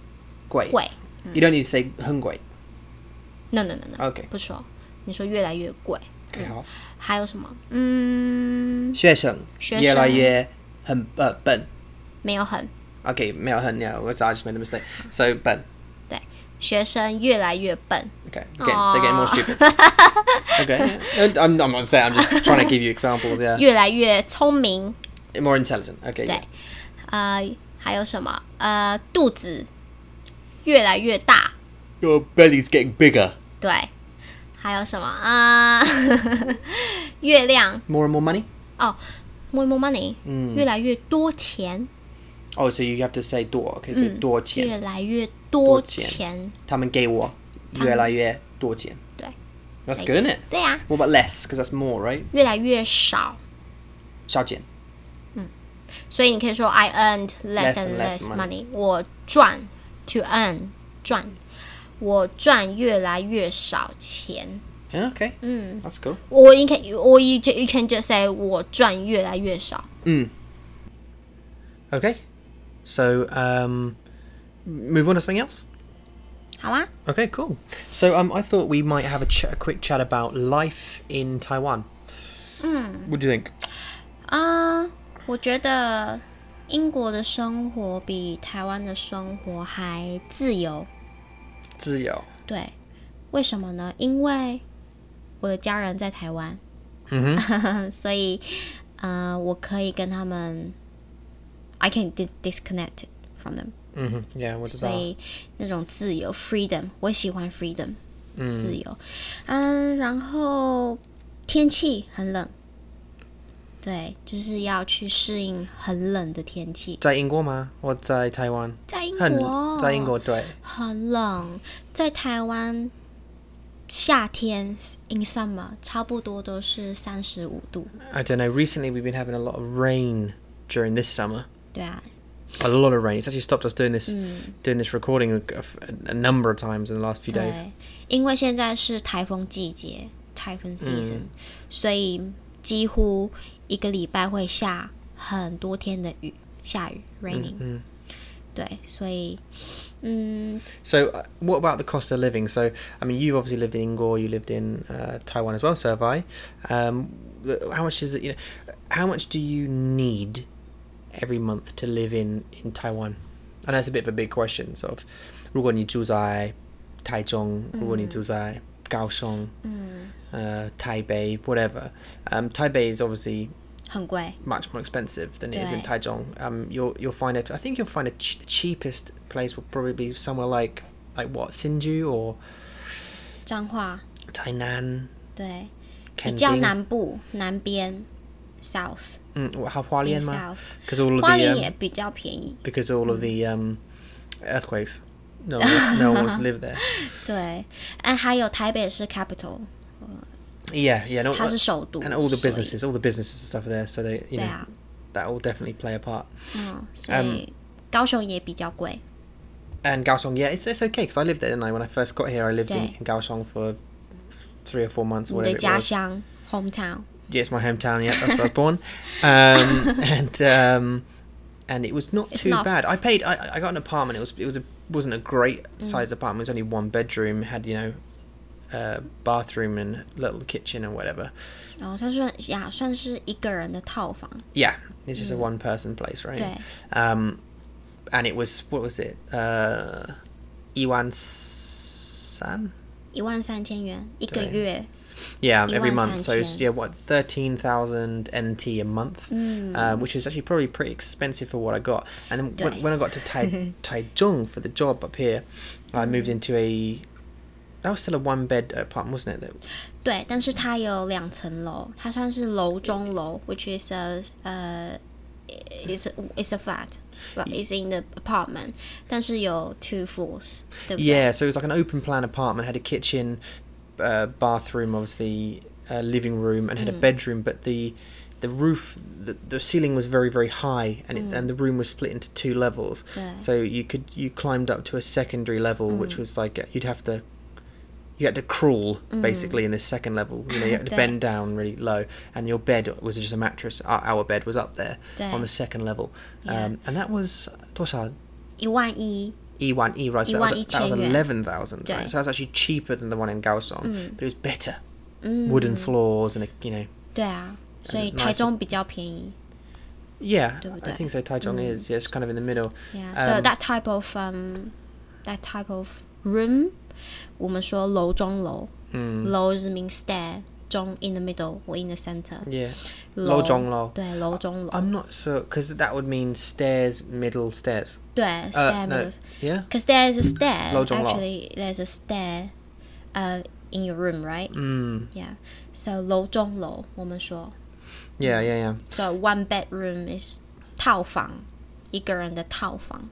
贵。
贵
You don't need to say 很贵。
，no no no no，
OK
不说，你说越来越贵，
OK，好。
还有什么？嗯，
学生
学生
越来越很呃笨。
没有很
OK，没有很，yeah，我 I just made the mistake. So 笨。
对，学生越来越笨。
Okay, again, they're getting more stupid. Okay, And I'm, I'm not saying. I'm just trying to give you examples. Yeah,
越来越聪明。
more intelligent. Okay,
对
yeah.，
呃，还有什么？呃，肚子越来越大。
your belly's getting bigger.
对，还有什么？啊、 月亮
More and more money.
哦，more more money，、越
嗯
来越多钱，
Oh, so you have to say 多. Okay, so 多
越
钱。
来越多
多钱
钱。
他们给我越来越多钱。
对，
That's good, isn't it?
对呀、啊，
What about less? Because that's more, right?
越来越少。
少钱。
所以你可以说 I earned less
Less
and
and
less
less
money，我赚 to earn 赚，我赚越来越少钱。
Yeah, okay. Mm. That's cool.
Or you can or you ju- you can just say 我赚越来越少。
Okay. So, um, move on to something else.
好啊，
Okay, cool. So, um, I thought we might have a, ch- a quick chat about life in Taiwan. What do you think?
啊、我觉得英国的生活比台湾的生活还自由。
自由。
对，为什么呢？因为我的家人在台湾， 所以呃，我可以跟他们，I can dis disconnect from them，
Mhm, Yeah, what is
所以那种自由 freedom，我喜欢 freedom，自由。嗯，然后天气很冷，对，就是要去适应很冷的天气。
在英国吗？我在台湾。
在英
很-
国，
在英国，对。
很冷，在台湾夏天 in summer 差不多都是三十五度，
I don't know. Recently, we've been having a lot of rain during this summer.
对啊，
A lot of rain. It's actually stopped us doing this, doing this recording a, a- a number of times in the last few days.
对，因为现在是台风季节
嗯
（typhoon season），、所以几乎一个礼拜会下很多天的雨，下雨 （raining）。对，所以，嗯，
So, uh, what about the cost of living? So, I mean, you've obviously lived in Ingor, you lived in uh, Taiwan as well, so have I. Um, the- how much is it? You know, how much do you need every month to live in in Taiwan? I know it's a bit of a big question. Sort of, uh, 如果你住在台中，如果你住在高雄，uh, Taipei, whatever. Um, Taipei is obviously
很贵。
much more expensive than it is in
Right.
Taichung. Um, you'll you'll find it. I think you'll find a ch- the cheapest place will probably be somewhere like like what Sinju or
彰化
Tainan.
对，比
Kending.
较南部南边 South
Mm, wha- how Hualien ma?
South，
Because all of
花莲
the
也
um,
比较便宜。
because all of the um, earthquakes. No one, wants, no one wants to live there.
对，哎，还有台北是 Capital，
Yeah, yeah. No,
它是首都
and uh, all the
所以
businesses, all the businesses and stuff are there. So they, you know,
Yeah.
that will definitely play a part.
嗯，所
Um，
以高雄也比较贵。
And Kaohsiung, yeah, it's it's okay because I lived there, didn't I? When I first got here, I lived in,
Yeah.
in Kaohsiung for three or four months. Or
你
whatever
的
it
家
was.
乡 hometown，
Yeah, it's my hometown. Yeah, that's where I was born. Um, and um, and it was not
It's
too
not-
bad. I paid. I, I got an apartment. It was it was a wasn't a great
Mm.
sized apartment. It was only one bedroom. Had you know, uh, bathroom and little kitchen and whatever.
然后它算呀算是一个人的套房，
Yeah, it's
Mm.
just a one person place, right?
Yeah.
Um, and it was what was it? Uh, Iwan San.
一万三千元一个
对
月。
Yeah, every month. So
13,000.
it's, yeah, what thirteen thousand NT a month, um, which is actually probably pretty expensive for what I got. And then
Right.
when, when I got to Tai Taichung for the job up here, I moved into a that was still a one bed apartment, wasn't it? That,
对，但是它有两层楼，它算是楼中楼，which is a 呃、i s is a flat。But it's in the apartment，但是有 two floors，对不对
yeah, so it was like an open plan apartment, had a kitchen, uh, bathroom, obviously, uh, living room, and had
Mm.
a bedroom. But the the roof, the, the ceiling was very very high, and it, and the room was split into two levels.
Mm. Yeah. Mm.
So you could you climbed up to a secondary level, which was like uh, you'd have to. You had to crawl
Mm.
basically in this second level. You know, you had to
Yeah.
bend down really low, and your bed was just a mattress. Our, our bed was up there
Yeah.
on the second level,
Yeah.
um, and that was 多少
一万一，
E one E right, so that was, that was
11,000 yuan.
eleven
Yeah.
thousand,
Mm.
right? So that's actually cheaper than the one in Kaohsiung, but it was better. Wooden floors and a, you know,
对啊，所以
nice-
台中比较便宜。
yeah,
Double
I
deck. Mm.
think so. Taichung is yeah, it's kind of in the middle.
Yeah, so
Um,
that type of um, that type of room，我们说楼中楼，楼是 mean stair，中 in the middle or in the center，
Yeah,
楼
楼中楼
对，楼中楼，
I'm not sure because that would mean stairs, middle stairs.
对
Uh,
stair
no,
middle
yeah,
Because there's a stair.
楼中楼。
Actually, there's a stair uh, in your room, right? Yeah. So 楼中楼，我们说。
yeah, yeah, yeah.
So one bedroom is 套房，一个人的套房。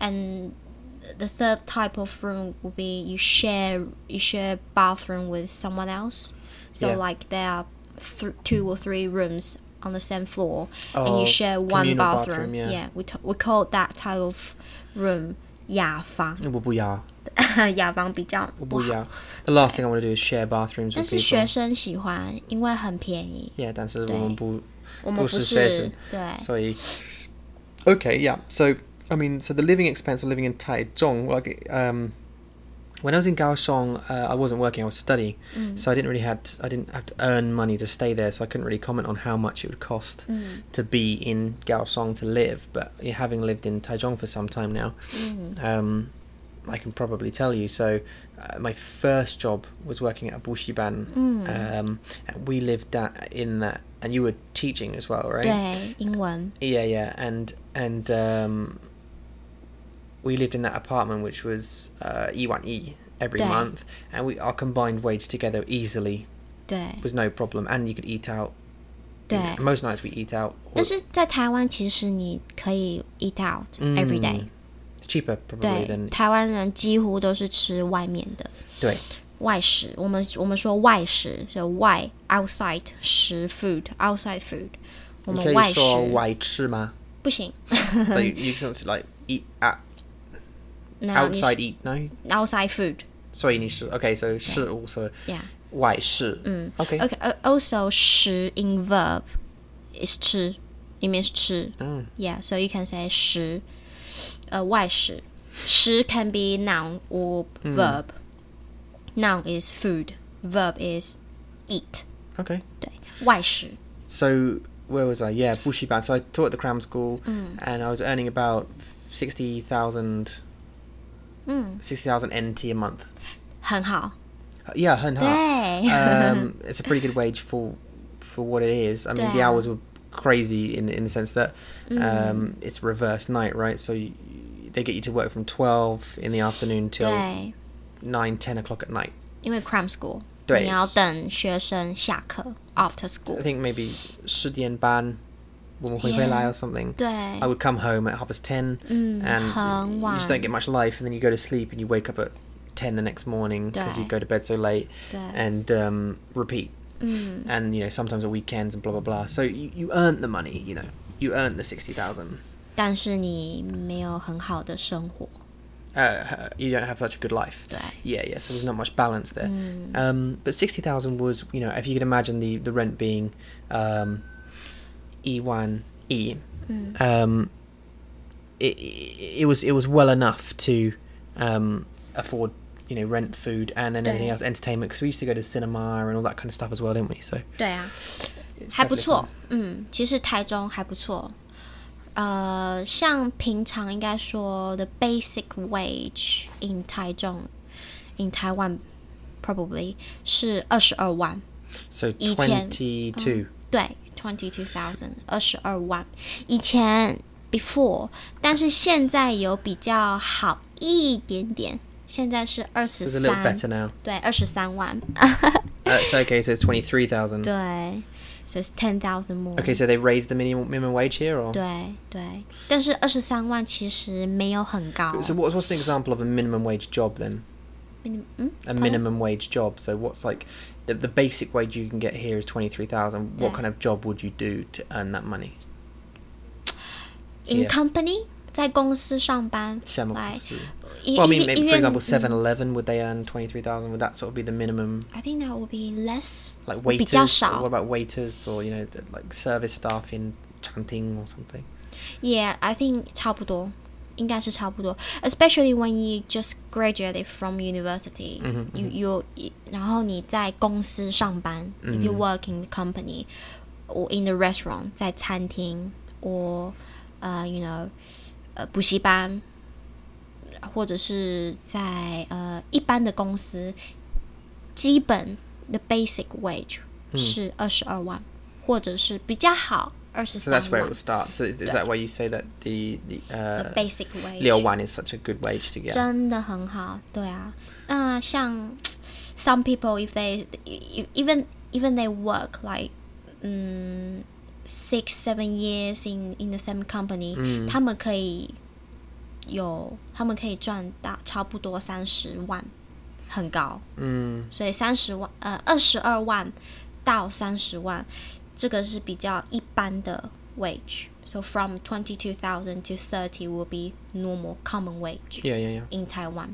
And the third type of room would be you share you share bathroom with someone else. So
Yeah.
like there are th- two or three rooms on the same floor, and
Oh,
you share one
communal
bathroom.
bathroom, yeah.
we t- we call that type of room 雅房。
我不要,
雅房比较不好，
我不要. The last thing I want to do is share bathrooms
但
with
是学
people.
生喜欢，因为很便宜。
Yeah, 但是我们不-
我们
不是学生。
是对
So, okay, yeah. So, I mean, so the living expense of living in Taichung, like, um, when I was in Kaohsiung, uh, I wasn't working; I was studying, so I didn't really had I didn't have to earn money to stay there, so I couldn't really comment on how much it would cost to be in Kaohsiung to live. But yeah, having lived in Taichung for some time now, um, I can probably tell you. So, uh, my first job was working at a bushiban, um, and we lived that in that, and you were teaching as well, right?
对，英文
Yeah, yeah, and and um, we lived in that apartment, which was uh, E one E every
Yeah.
month, and we our combined wage together easily
对
was no problem, and you could eat out.
对。
most nights we eat out. or-
但是在台湾，其实你可以 eat out
嗯
every day、
it's cheaper probably
对，
than
台湾人几乎都是吃外面的外食。我们我们说外食，就外 outside 食 food outside food。我们外食
对。你可以说外吃吗？
不行，
but you, you can like eat at,
那你
outside eat no.
outside food。
So you need to okay. So 是 also
Yeah.
外食. Okay.
Okay. Uh, also, 食 in verb is 吃, it means 吃. Yeah. So you can say 食, uh, 外食.食 can be noun or
Hmm.
verb. Noun is food. Verb is eat.
Okay.
对，外食
So where was I? Yeah, Bushiban. So I taught at the cram school, and I was earning about sixty thousand. 60,000 NT a month.
很好。
Uh, Yeah, 很好.
对，
Um, it's a pretty good wage for for what it is. I mean, the
Yeah.
hours were crazy in in the sense that um, it's reverse night, right? So you, they get you to work from twelve in the afternoon till
对，
nine, ten o'clock at night.
因为 cram school，
对
你要等学生下课 after
I
school。
think maybe 十点半我们会回来
Yeah.
or something.
对
I would come home at half past ten, and you
很晚
just don't get much life, and then you go to sleep and you wake up at ten the next morning because you
对。
go to bed so late,
对
and um, repeat. And you know sometimes at weekends and blah blah blah. So you, you earn the money, you know, you earn the sixty thousand.
但是你没有很好的生活。
Uh, you don't have such a good life.
对
Yeah, yeah. So there's not much balance there. Um, but sixty thousand was, you know, if you can imagine the the rent being, um, e one e, um, it, it it was it was well enough to, um, afford you know rent, food, and then anything
Yeah.
else, entertainment. Because we used to go to cinema and all that kind of stuff as well, didn't we? So
对啊，还不
definitely
错。嗯，其实台中还不错。呃，像平常应该说 the basic wage in 台中 in Taiwan probably 是二十二万。
so
以前，嗯
twenty two.
对，twenty two thousand，二十二万，以前 before，但是现在有比较好一点点，现在是二十
It's a little
三，
better now.
对，二十三万，
Uh, so okay, so it's twenty three thousand.
对，so it's ten thousand more，、
Okay, so they raised the minimum minimum wage here, or
对对，但是二十三万其实没有很高，
So what's what's an example of a minimum wage job then?
嗯嗯，
A minimum wage job. So what's like the, the basic wage you can get here is twenty three thousand. What
Yeah.
kind of job would you do to earn that money?
in
Yeah.
company 在公司上班
Some of
like
us do.
e-
Well, I mean,
even-
maybe, for
even-
example, 7
mm,
Eleven would they earn twenty three thousand? Would that sort of be the minimum?
I think that would be less，
Like
比较
waiters. Or
少
what about waiters or you know th- like service staff in Chanting or something?
Yeah, I think 差不多，应该是差不多。Especially when you just graduated from university,
Mm-hmm,
you you 然后你在公司上班、y
Mm-hmm.
o u work in the company or in the restaurant，在餐厅 or 呃、you know 呃补习班，或者是在呃一般的公司，基本 the basic wage、是二十二万，或者是比较好二十
Mm. So
三
that's where it
万
will。start. So is, is that why you say that the the
the
uh,
basic wage，
Liu Wan is such a good wage to get?
真的很好，对啊。那像 some people if they if- even even they work like 嗯 six seven years in in the same company，、他们可以有他们可以赚到差不多三十万，很高。
Mm.
所以三十万呃二十二万到三十万，这个是比较一般的 wage。So from twenty two thousand to thirty will be normal common wage
Yeah, yeah, yeah.
in Taiwan。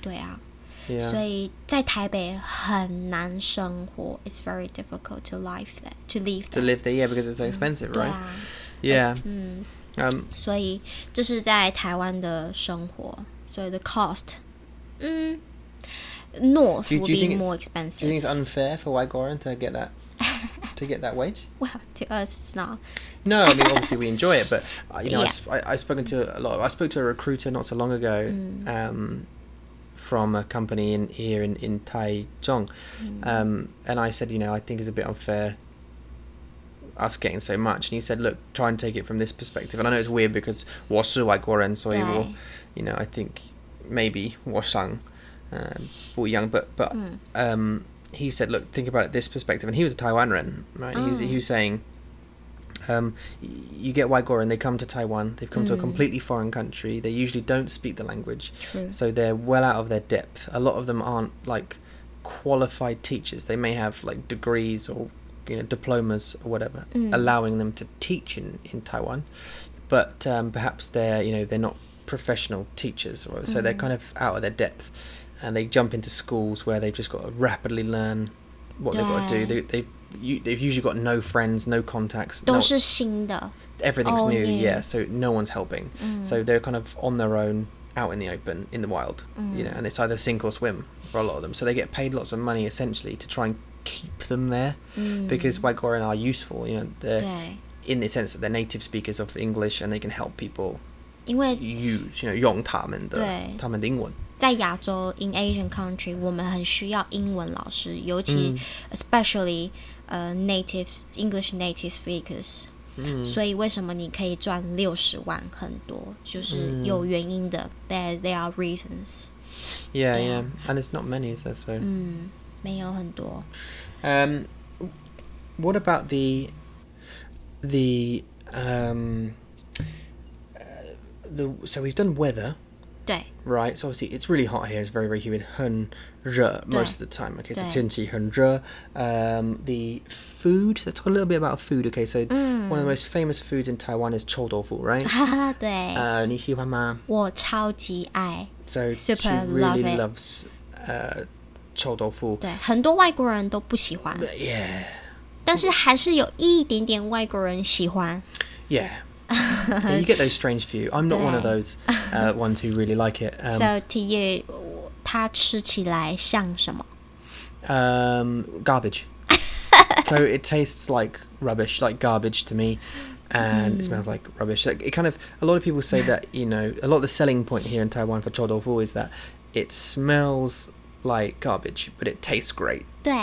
对啊
Yeah.
所以在台北很难生活，It's very difficult to live there to live
to
there。
live there, yeah, because it's so expensive,
对
right?
啊，
Yeah.
嗯，
Um,
所以这是在台湾的生活，所以 the cost，嗯，North
Do you-
will
do
be
you think
more
it's- do you
expensive。
think it's unfair for Waigoran to get that to get that wage?
Well, to us it's not.
No, I mean obviously we enjoy it, but uh, you know
Yeah.
I've, sp- I, I've spoken to a lot. Of, I spoke to a recruiter not so long ago
Mm.
um, from a company in here in in Taichung,
Mm.
um, and I said you know I think it's a bit unfair us getting so much, and he said look try and take it from this perspective, and I know it's weird because 我是外国人, so I will,
Right.
you know I think maybe 我想, uh, 不一样, but but
Mm.
um, he said look think about it this perspective, and he was a Taiwanren, right? He, was,
Oh.
he was saying um, y- you get Waigoran, they come to Taiwan, they've
Mm.
come to a completely foreign country, they usually don't speak the language,
True.
so they're well out of their depth. A lot of them aren't like qualified teachers, they may have like degrees or you know diplomas or whatever,
Mm.
allowing them to teach in, in Taiwan, but um, perhaps they're you know they're not professional teachers, or, so
Mm.
they're kind of out of their depth, and they jump into schools where they've just got to rapidly learn what they've got to do.
Yeah.
They, they've you, they've usually got no friends, no contacts,
都
no,
是新的，
everything's
Oh,
new
yeah.
yeah. Mm. so no one's helping so they're kind of on their own out in the open in the wild you know and it's either sink or swim for a lot of them so they get paid lots of money essentially to try and keep them there because white goran are useful you know they're
对，
in the sense that they're native speakers of english and they can help people
因为
use you know 用他们的-
对。
他们的英文。
在亚洲 in Asian country，我们很需要英文老师，尤其、especially 呃 native English native speakers
嗯 Mm.
所以为什么你可以赚六十万很多，就是
嗯
有原因的。There there are reasons。
Yeah,
Yeah.
yeah, and it's not many, is there? So,
嗯，没有很多。
um, what about the the um uh, the so we've done weather,
对
right? So obviously it's really hot here. It's very very humid. 很热 most of the time. Okay, so 天气很热. Um, the food. Let's talk a little bit about food. Okay, so
Mm.
one of the most famous foods in Taiwan is chou tofu, right?
哈哈，对，
Uh, 你喜欢吗？
我超级爱。
So she
Super love
really
it.
loves uh, chou tofu.
对，很多外国人都不喜欢，
But yeah,
但是还是有一点点外国人喜欢。
yeah. Yeah, you get those strange few. I'm not one of
Yeah.
those uh, ones who really like it. Um,
So to you，我它吃起来像什么？
um, garbage. so it tastes like rubbish, like garbage to me, and it smells like rubbish. Like, it kind of a lot of people say that you know a lot of the selling point here in Taiwan for chou tofu is that it smells like garbage, but it tastes great.
对，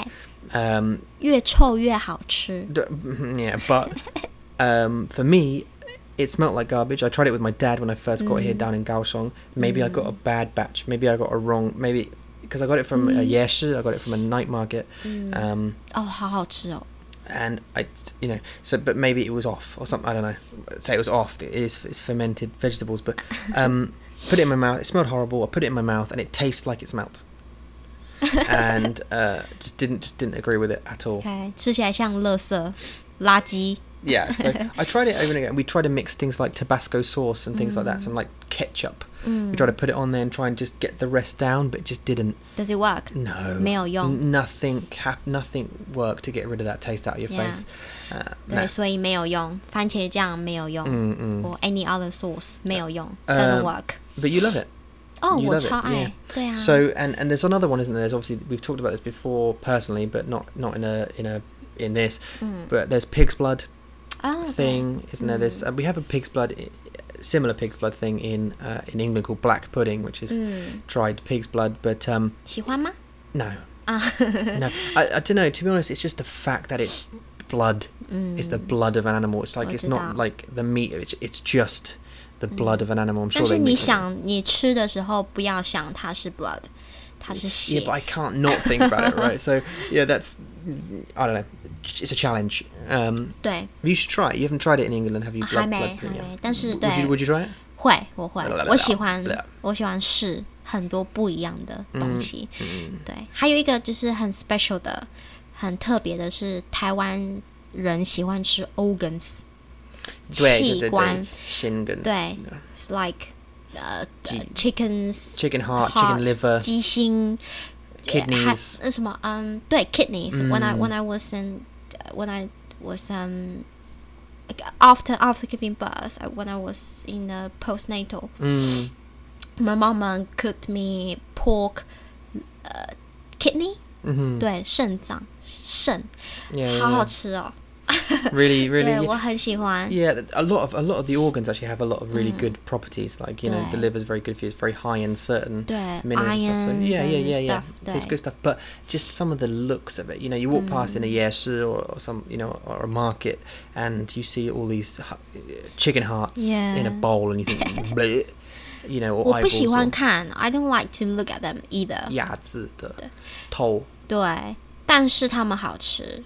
Um,
越臭越好吃。
D- yeah, but um, for me, it smelt like garbage. I tried it with my dad when I first got here down in Kaohsiung. Maybe I got a bad batch. Maybe I got a wrong. Maybe because I got it from a yeshi, I got it from a night market, um,
哦，好好吃哦。
and I, you know, so but maybe it was off or something. I don't know. Say it was off. It is it's fermented vegetables, but um, put it in my mouth. It smelled horrible. I put it in my mouth, and it tastes like it smelt. and uh, just didn't just didn't agree with it at all.
OK，吃起来像垃圾、垃圾。
Yeah, so I tried it over and again. We tried to mix things like Tabasco sauce and things like that,
Mm.
some like ketchup.
嗯
We tried to put it on there and try and just get the rest down, but it just didn't.
Does it work？
No,
没有用。
N- nothing hap- nothing worked to get rid of that taste out of your
Yeah.
face. Uh,
对，
nah.
所以没有用，番茄酱没有用，
嗯嗯
或 any other sauce 没有用，doesn't
呃
work。
But you love it.
哦，
you
我
love it,
超
yeah.
爱，对啊。
So and and there's another one, isn't there? There's obviously we've talked about this before personally, but not not in a in a in this. But there's pig's blood.
嗯 Oh, okay. Mm.
thing, isn't there? This uh, we have a pig's blood, i- similar pig's blood thing in uh, in England called black pudding, which is dried pig's blood. But um,
嗯喜欢吗？啊
no, no, I, I don't know. To be honest, it's just the fact that it's blood.
嗯
It's the blood of an animal. It's like it's not
我知道。
like the meat. It's it's just the blood of an animal. I'm sure
但
they
是你
mix it.
想，你吃的时候不要想它是 blood，它是
Yeah,
血
but。I can't not think about it, right? So yeah, that's I don't know. It's a challenge. Um,
对，
you should try it. You haven't tried it in England, have you?
啊还
Blood,
没
blood
还
pudding, yeah.
没，但是
Would you
对
would you try it?
会，我会
来来来，
我喜欢
来来，嗯
我喜欢试很多不一样的东西。
Mm.
对，还有一个就是很 special 的、很特别的是，台湾人喜欢吃 organs，器官，
对对对，心跟
对，like 呃
鸡
，chickens
chicken heart, chicken liver,
鸡心，呃还
kidneys. 嗯
那什么，嗯，对，kidneys。When I when I was in when I was um like, after after giving birth, I- when I was in the postnatal,
Mm,
my mama cooked me pork, 呃，kidney，
mhm,
对，肾脏，肾，
yeah, yeah,
好
yeah.
好吃哦。
really, really.
对，
yeah.
我很喜欢。
Yeah, th- a lot of a lot of the organs actually have a lot of
Mm.
really good properties. Like you know, the
Yeah.
liver's very good for you. It's very high in certain
Yeah,
minerals and stuff. So
irons
yeah, yeah,
and
yeah, yeah.
stuff,
It's
yeah.
good stuff. But just some of the looks of it. You know, you walk past
Mm.
in a yeshi or, or some you know or a market, and you see all these hu- uh, chicken hearts in
Yeah.
a bowl, and you think, "Bleh," you know,
我
or
不
eyeballs
喜
or
欢看，I don't like to look at them either。
鸭子的头。
对，但是它们好吃。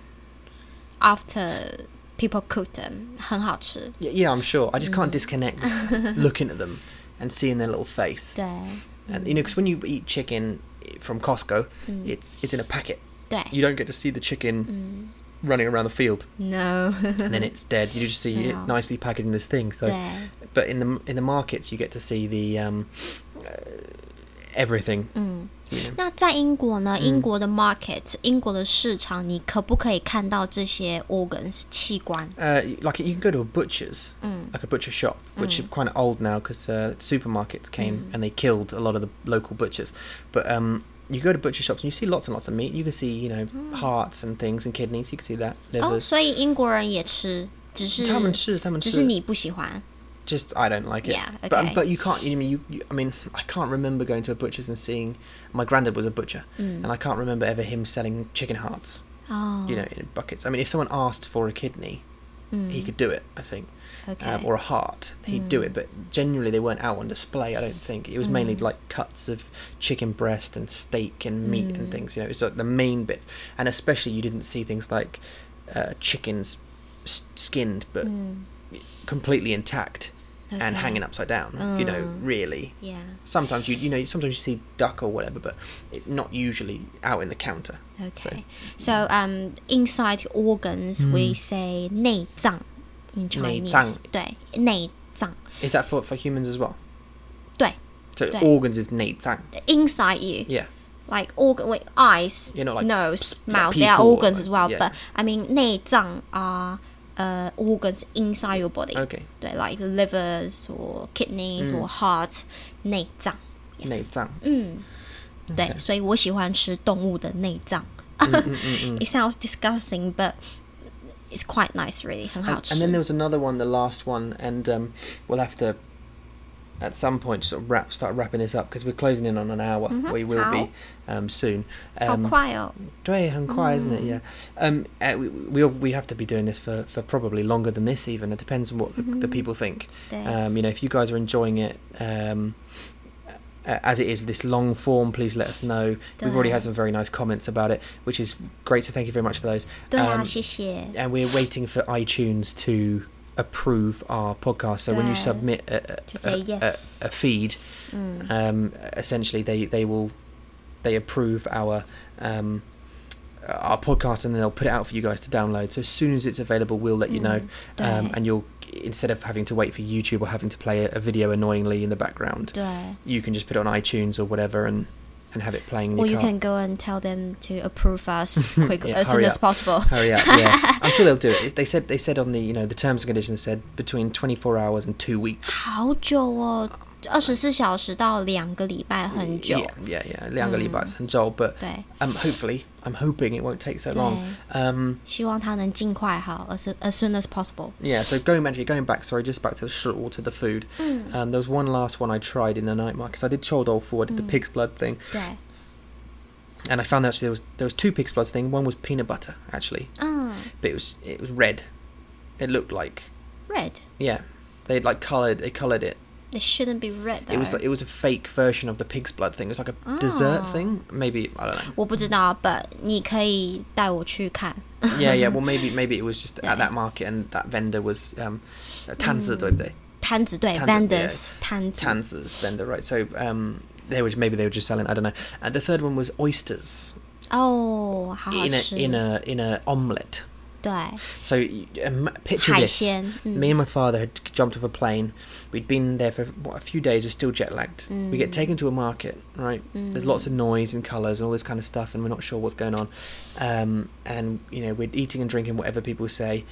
After people cook them，很好吃。
Yeah, yeah, I'm sure. I just can't
Mm.
disconnect looking at them and seeing their little face.
对
And you know, because when you eat chicken from Costco, it's it's in a packet.
对
You don't get to see the chicken running around the field
，No，
and then it's dead. You just see
Yeah.
it nicely packaged in this thing. So,
对
but in the in the markets, you get to see the um, uh, everything.
嗯
you know.
那在英国
嗯
呢？英国的 market，、英国的市场，你可不可以看到这些 organs 器官？
Uh, like you can go to a butcher's, like a butcher shop, which are quite old now because uh, supermarkets came and they killed a lot of the local butchers. But um, you go to butcher shops and you see lots and lots of meat. You can see, you know, hearts and things and kidneys. You can see that
哦，
livers.
所以英国人也吃，只是
他们吃，他们吃。
只是你不喜欢。
Just I don't like it.
Yeah,
But um,
okay.
but you can't. You, know, you, you I mean I can't remember going to a butcher's and seeing. My granddad was a butcher,
Mm.
and I can't remember ever him selling chicken hearts.
哦
You know, in buckets. I mean, if someone asked for a kidney, he could do it. I think.
Mm. Okay. Mm.
um, or a heart, he'd do it. But generally, they weren't out on display. I don't think it was mainly like cuts of chicken breast and steak and meat
Mm.
and things. You know, it's like the main bits, and especially you didn't see things like uh, chickens s- skinned but completely intact and
Mm. Okay. Oh.
hanging upside down. You know, really.
yeah.
Sometimes you you know sometimes you see duck or whatever, but it, not usually out in the counter.
Okay. So, um, inside organs we say 内脏 in
Mm. 脏
Chinese. 对，内脏。
Is that for for humans as well?
对
So
Yeah.
organs is neizang.
inside you.
Yeah.
Like organ, wait, eyes,
You know, like
nose,
like
mouth. they are
people,
organs
like-
as well,
yeah,
but I mean, 内脏 are uh, organs inside your body.
Okay. Mm.
对，like livers or kidneys or heart，内脏。Yes.
内脏。
对，所以我喜欢吃动物的内脏。It
Mm,
sounds disgusting, but it's quite nice, really，很好
And
吃
then。there was another one, the last one, and um, we'll have to at some point sort of wrap, start wrapping this up because we're closing in on an hour. We will be um, soon.
好
Um,
快哦！
对，很快, isn't it? Yeah. Um, uh, we, we all- we have to be doing this for, for probably longer than this even. It depends on what the,
Mm-hmm.
the people think.
对
Um, you know, if you guys are enjoying it. Um, uh, as it is this long form, please let us know. We've already had some very nice comments about it, which is great. So thank you very much for those.
对啊，
Um,
谢谢。
and we're waiting for iTunes to approve our podcast. So when you
Right.
submit a, a,
To say
a-
yes.
a, a feed, um, essentially they, they will they approve our um, our podcast and then they'll put it out for you guys to download. So as soon as it's available, we'll let you know, um,
right.
and you'll instead of having to wait for YouTube or having to play a, a video annoyingly in the background,
对。
you can just put it on iTunes or whatever and. And have it playing. in
Or
your
you
car.
can go and tell them to approve us quick
Yeah,
as soon
hurry
as
up.
possible.
Hurry up! Yeah, I'm sure they'll do it. They said they said on the you know the terms and conditions said between 24 hours and two weeks.
好久哦，二十四小时到两个礼拜，很久。
Yeah, yeah, yeah.
Mm.
两个礼拜很久, but
对，
um, hopefully, I'm hoping it won't take so long. Um,
希望他能尽快好，as as soon as possible。
yeah. So going back, going back. Sorry, just back to the shul to the food.
嗯
Um, there was one last one I tried in the night market. 'cause I did chodolfu, I did the pig's blood thing,
对，
and I found actually there was there was two pig's blood thing. One was peanut butter actually,
嗯
but it was it was red. It looked like
，red
yeah. They like coloured they coloured it
they shouldn't be red
It was
though.
like, it was a fake version of the pig's blood thing. It was like a dessert
Oh.
thing, maybe I don't know.
我不知道，but 你可以带我去看。
Yeah, yeah. Well, maybe maybe it was just at that market and that vendor was um, Tanzer's vendor,
摊子对
摊子
，vendors 摊子
Tanzer's vendor, right? So um, they were maybe they were just selling. I don't know. And the third one was oysters
哦，好好
in a
吃。
in a in a omelette.
对，
So y- um, picture this:
海鲜，嗯。
me and my father had jumped off a plane. We'd been there for what, a few days. We're still jet lagged. We get taken to a market, right? There's lots of noise and colours and all this kind of stuff, and we're not sure what's going on. Um, and you know, we're eating and drinking whatever people say.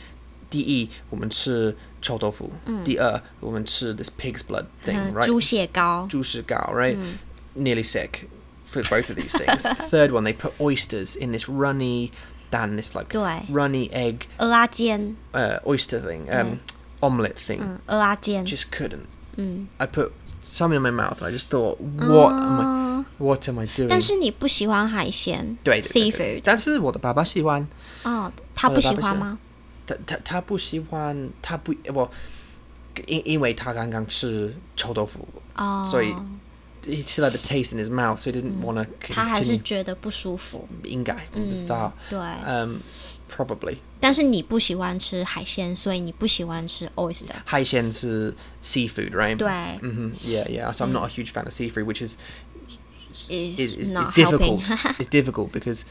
第一，我们吃臭豆腐。第二，我们吃 er, this pig's blood thing,
嗯
right?
猪血糕，嗯
猪食糕, right? Nearly sick for both of these things. The Third one, they put oysters in this runny, dan, this like
对
runny egg
鹅啊煎，
uh, oyster thing, um, omelette thing.
嗯，鹅啊煎，嗯
Just couldn't. I put some in my mouth and I just thought, what am I? What am I doing?
但是你不喜欢海鲜，
嗯对
，seafood，
但是我的爸爸喜欢，
哦，他不喜欢吗？
他他他不喜欢，他不我，因因为他刚刚吃臭豆腐，
哦，
所以 he still had the taste in his mouth, so he didn't want to
他还是
continue.
觉得不舒服。
应该我
Mm.
不知道，
对
嗯，probably Um,
但是你不喜欢吃海鲜，所以你不喜欢吃 oyster。
海鲜是 seafood, right?
对
Mm-hmm. Yeah, yeah. So I'm not a huge fan of seafood, which is
，is
is, is, is
not
difficult.
helping。
it's difficult because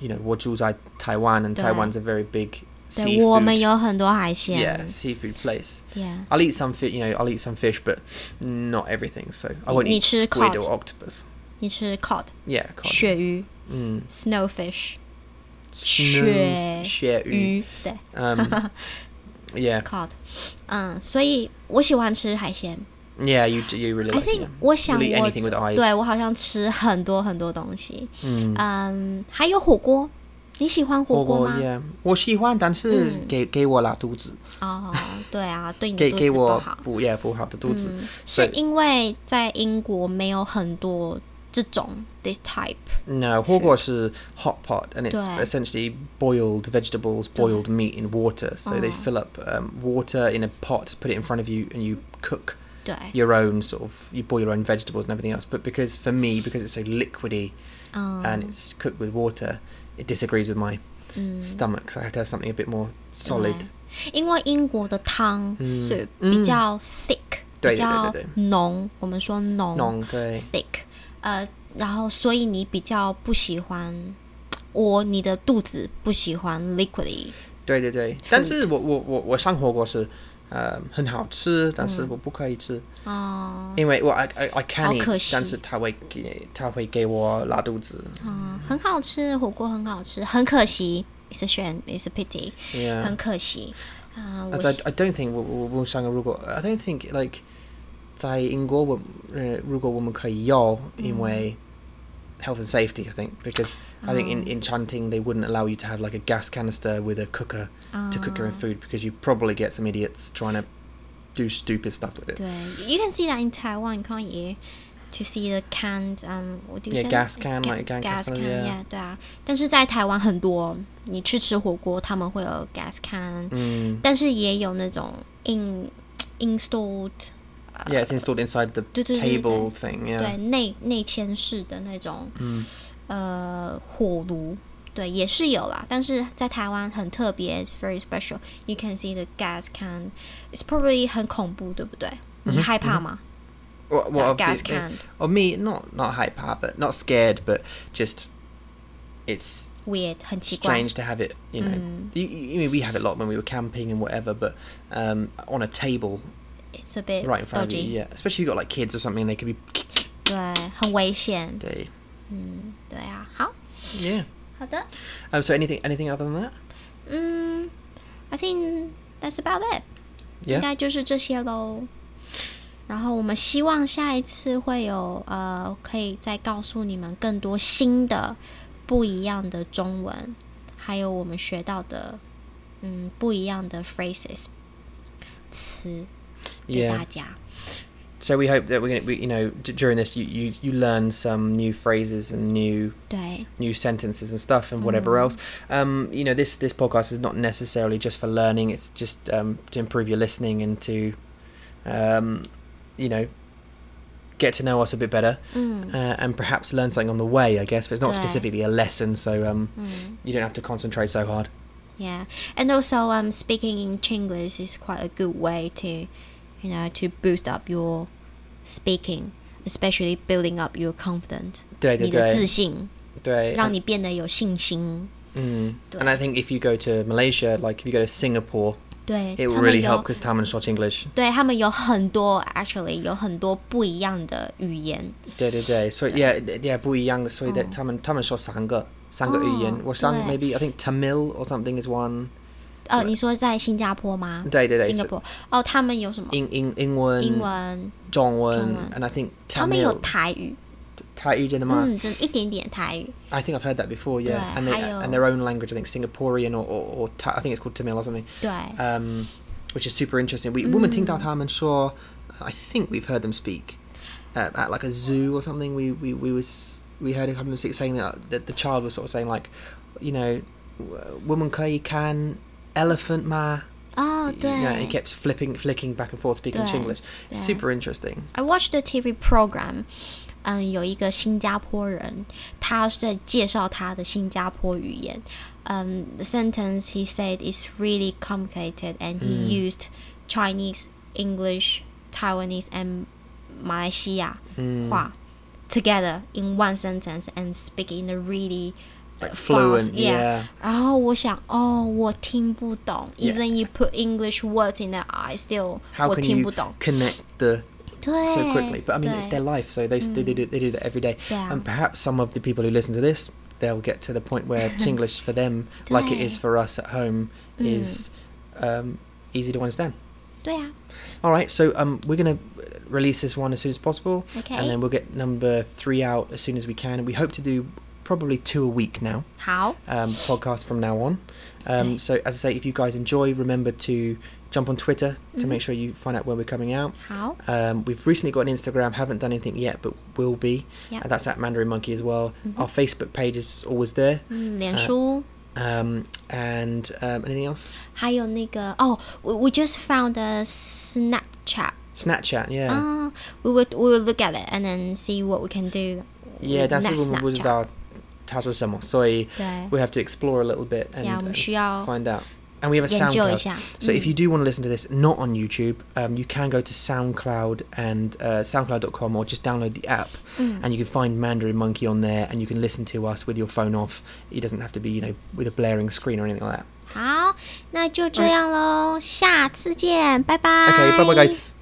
you know what I Taiwan and
Right.
Taiwan's a very big
对，我们
seafood
有很多海
yeah
鲜。
seafood place.
Yeah.
I'll eat some fish. You know, I'll eat some fish, but not everything. So I won't
you
eat
choose
squid
cod.
or octopus.
你吃 cod
Yeah, cod. Mm.
鳕鱼
嗯
，snowfish，鳕
Snow- 鳕鱼.
鱼，对
Um, yeah,
cod。嗯，所以我喜欢吃海鲜。
yeah. You do- you really
I
like it,
think
yeah.
我想
You'll eat
我
anything with eyes. Mm.
对我好像吃很多很多东西。嗯，还有火锅，你喜欢火锅吗？
yeah. 我喜欢，但是给给我拉肚子，
哦，对啊，对你
给
肚子
给
不
我
好。嗯
不也不好的肚子。
是因为在英国没有很多这种 this type。
No, huo is hot pot, and it's
对。
essentially boiled vegetables, boiled meat in water. So they
Oh.
fill up um, water in a pot, put it in front of you, and you cook
对，
your own sort of you boil your own vegetables and everything else. But because for me, because it's so liquidy
嗯
and it's cooked with water, it disagrees with my
嗯
stomach. So I have to have something a bit more solid.
对因为英国的汤 soup
嗯
比较 thick，
对
比较
对对
浓，我们说浓
Non-gray.
thick，呃，然后所以你比较不喜欢，我你的肚子不喜欢 liquidy，
对对对，但是我我我我上火锅是，呃，很好吃，但是我不可以吃，
哦、
因为我 I I I can
好可
eat，
惜
但是他会给他会给我拉肚子。
嗯，很好吃，火锅很好吃，很可惜，it's a shame, it's a pity，、
Yeah.
很可惜啊、我
嗯 As
是
I I don't think 我我我上个如果 I don't think like 在英国我呃如果我们可以要，因为 health and safety I think because I think in in Chanting they wouldn't allow you to have like a gas canister with a cooker
啊
to cook
Ah.
your own food because you probably get some idiots trying to do stupid stuff with it.
对，you can see that in Taiwan, can't you? To see the canned, um, what do you
Yeah,
say?
gas can,
Ga-
like, can
gas
canister,
can,
yeah.
yeah，对啊。但是在台湾很多，你去吃火锅，他们会有 gas can，、
Mm.
但是也有那种 in installed，、
Yeah, it's installed inside the
do, do, do,
table
do.
thing. Yeah.
对内内嵌式的那种，
嗯
呃，火炉。对，也是有啦，但是在台湾很特别，it's very special. You can see the gas can. It's probably 很恐怖，对不对？
嗯
你害怕吗？
Well, well,
That gas
obviously-
can.
Or me, not not hype but not scared, but just it's
weird，很奇怪。
strange to have it. You know,
Mm.
you, you, I mean, we have it a lot when we were camping and whatever, but um, on a table
It's a bit
right in front of you.
dodgy，
Yeah, especially if you have got like kids or something, they could be.
对，很危险。
They,
嗯，对啊，好，
yeah.
好的，
Um. So anything anything other than that?
嗯，I think that's about it，应
Yeah.
该就是这些喽。然后我们希望下一次会有呃，可以再告诉你们更多新的、不一样的中文，还有我们学到的嗯不一样的 phrases 词给
Yeah.
大家。
So we hope that we're gonna, we, you know, d- during this, you, you you learn some new phrases and new
对，
new sentences and stuff and whatever else. Um, you know, this this podcast is not necessarily just for learning. It's just um, to improve your listening and to, um, you know, get to know us a bit better
嗯
uh, and perhaps learn something on the way. I guess, but it's not
Right.
specifically a lesson, so um,
嗯。
you don't have to concentrate so hard.
Yeah, and also um, speaking in Chinglish is quite a good way to, you know, to boost up your speaking, especially building up your confidence.
对-对-
你的
对。
自信，
对,
让你变得有信心。
mm.
对。
and I think if you go to Malaysia, like if you go to Singapore,
对，
it
他
will
们
really
有
help because Taman shot English.
对他们有很多，actually 有很多不一样的语言。
对对对，所以 yeah yeah 不一样的，所以他们他们说三个三个语言，
哦，
我三
对。
maybe I think Tamil or something is one
呃，你说在新加坡吗？
对对对
新加坡。哦，他们有什么？
英英英文
英文，
中文
中文。
and I think
他们有
Tamil
台语，
泰语真的吗？
嗯，真一点点台语。
I think I've heard that before yeah
Mm。对，
and they,
还有-
and their own language I think Singaporean or or, or ta, I think it's called Tamil or something
对，
um which is super interesting we 我们听到他们说 uh, I think we've heard them speak uh, at like a zoo or something we we we was we heard a couple of them saying that, that the child was sort of saying like you know w- woman koi can elephant ma
哦，对。
yeah, he kept flipping, flicking back and forth, speaking
Yeah.
Chinglish.
Yeah.
Super interesting.
I watched the TV program，嗯，有一个新加坡人，他是在介绍他的新加坡语言。嗯、t h e sentence he said is really complicated, and he
Mm.
used Chinese, English, Taiwanese, and 马来西亚
Mm.
话 together in one sentence and speak in a really uh,
Fluent,
fast- yeah.
yeah.
然后我想，哦，我听不懂。
Yeah.
Even you put English words in there, I still
How
我
can
听
you
不懂。
connect the
对，
so quickly? But I mean,
对
it's their life, so they, s they, do, they do that every day.
Yeah.
And perhaps some of the people who listen to this, they'll get to the point where Chinglish for them, like it is for us at home, is um, easy to understand.
对啊
All right, so um, we're gonna release this one as soon as possible,
，OK，
and then we'll get number three out as soon as we can. And we hope to do probably two a week now.
好，
um, podcast from now on. Um, so, as I say, if you guys enjoy, remember to jump on Twitter to make sure you find out when we're coming out.
好，
Um, we've recently got an Instagram, haven't done anything yet, but will be.
Yep.
And that's at Mandarin Monkey as well. Our Facebook page is always there.
嗯，脸书。
Um, and um, anything else?
还有那个
Uh.
哦、w e we just found a Snapchat.
Snapchat, yeah.
Uh, we would we would look at it and then see what we can do.
yeah,
with
that's
that Snapchat.
我们不知道它是什么，所以
对。
we have to explore a little bit and,
Yeah,
and
我们需要
find out. And we have a
研究一下，
SoundCloud. So
Mm.
if you do want to listen to this not on YouTube, um, you can go to SoundCloud and uh, SoundCloud.com or just download the app,
Mm.
and you can find Mandarin Monkey on there, and you can listen to us with your phone off. It doesn't have to be you know with a blaring screen or anything like that.
好，那就这样喽，下次见，拜拜。
Okay, bye bye guys.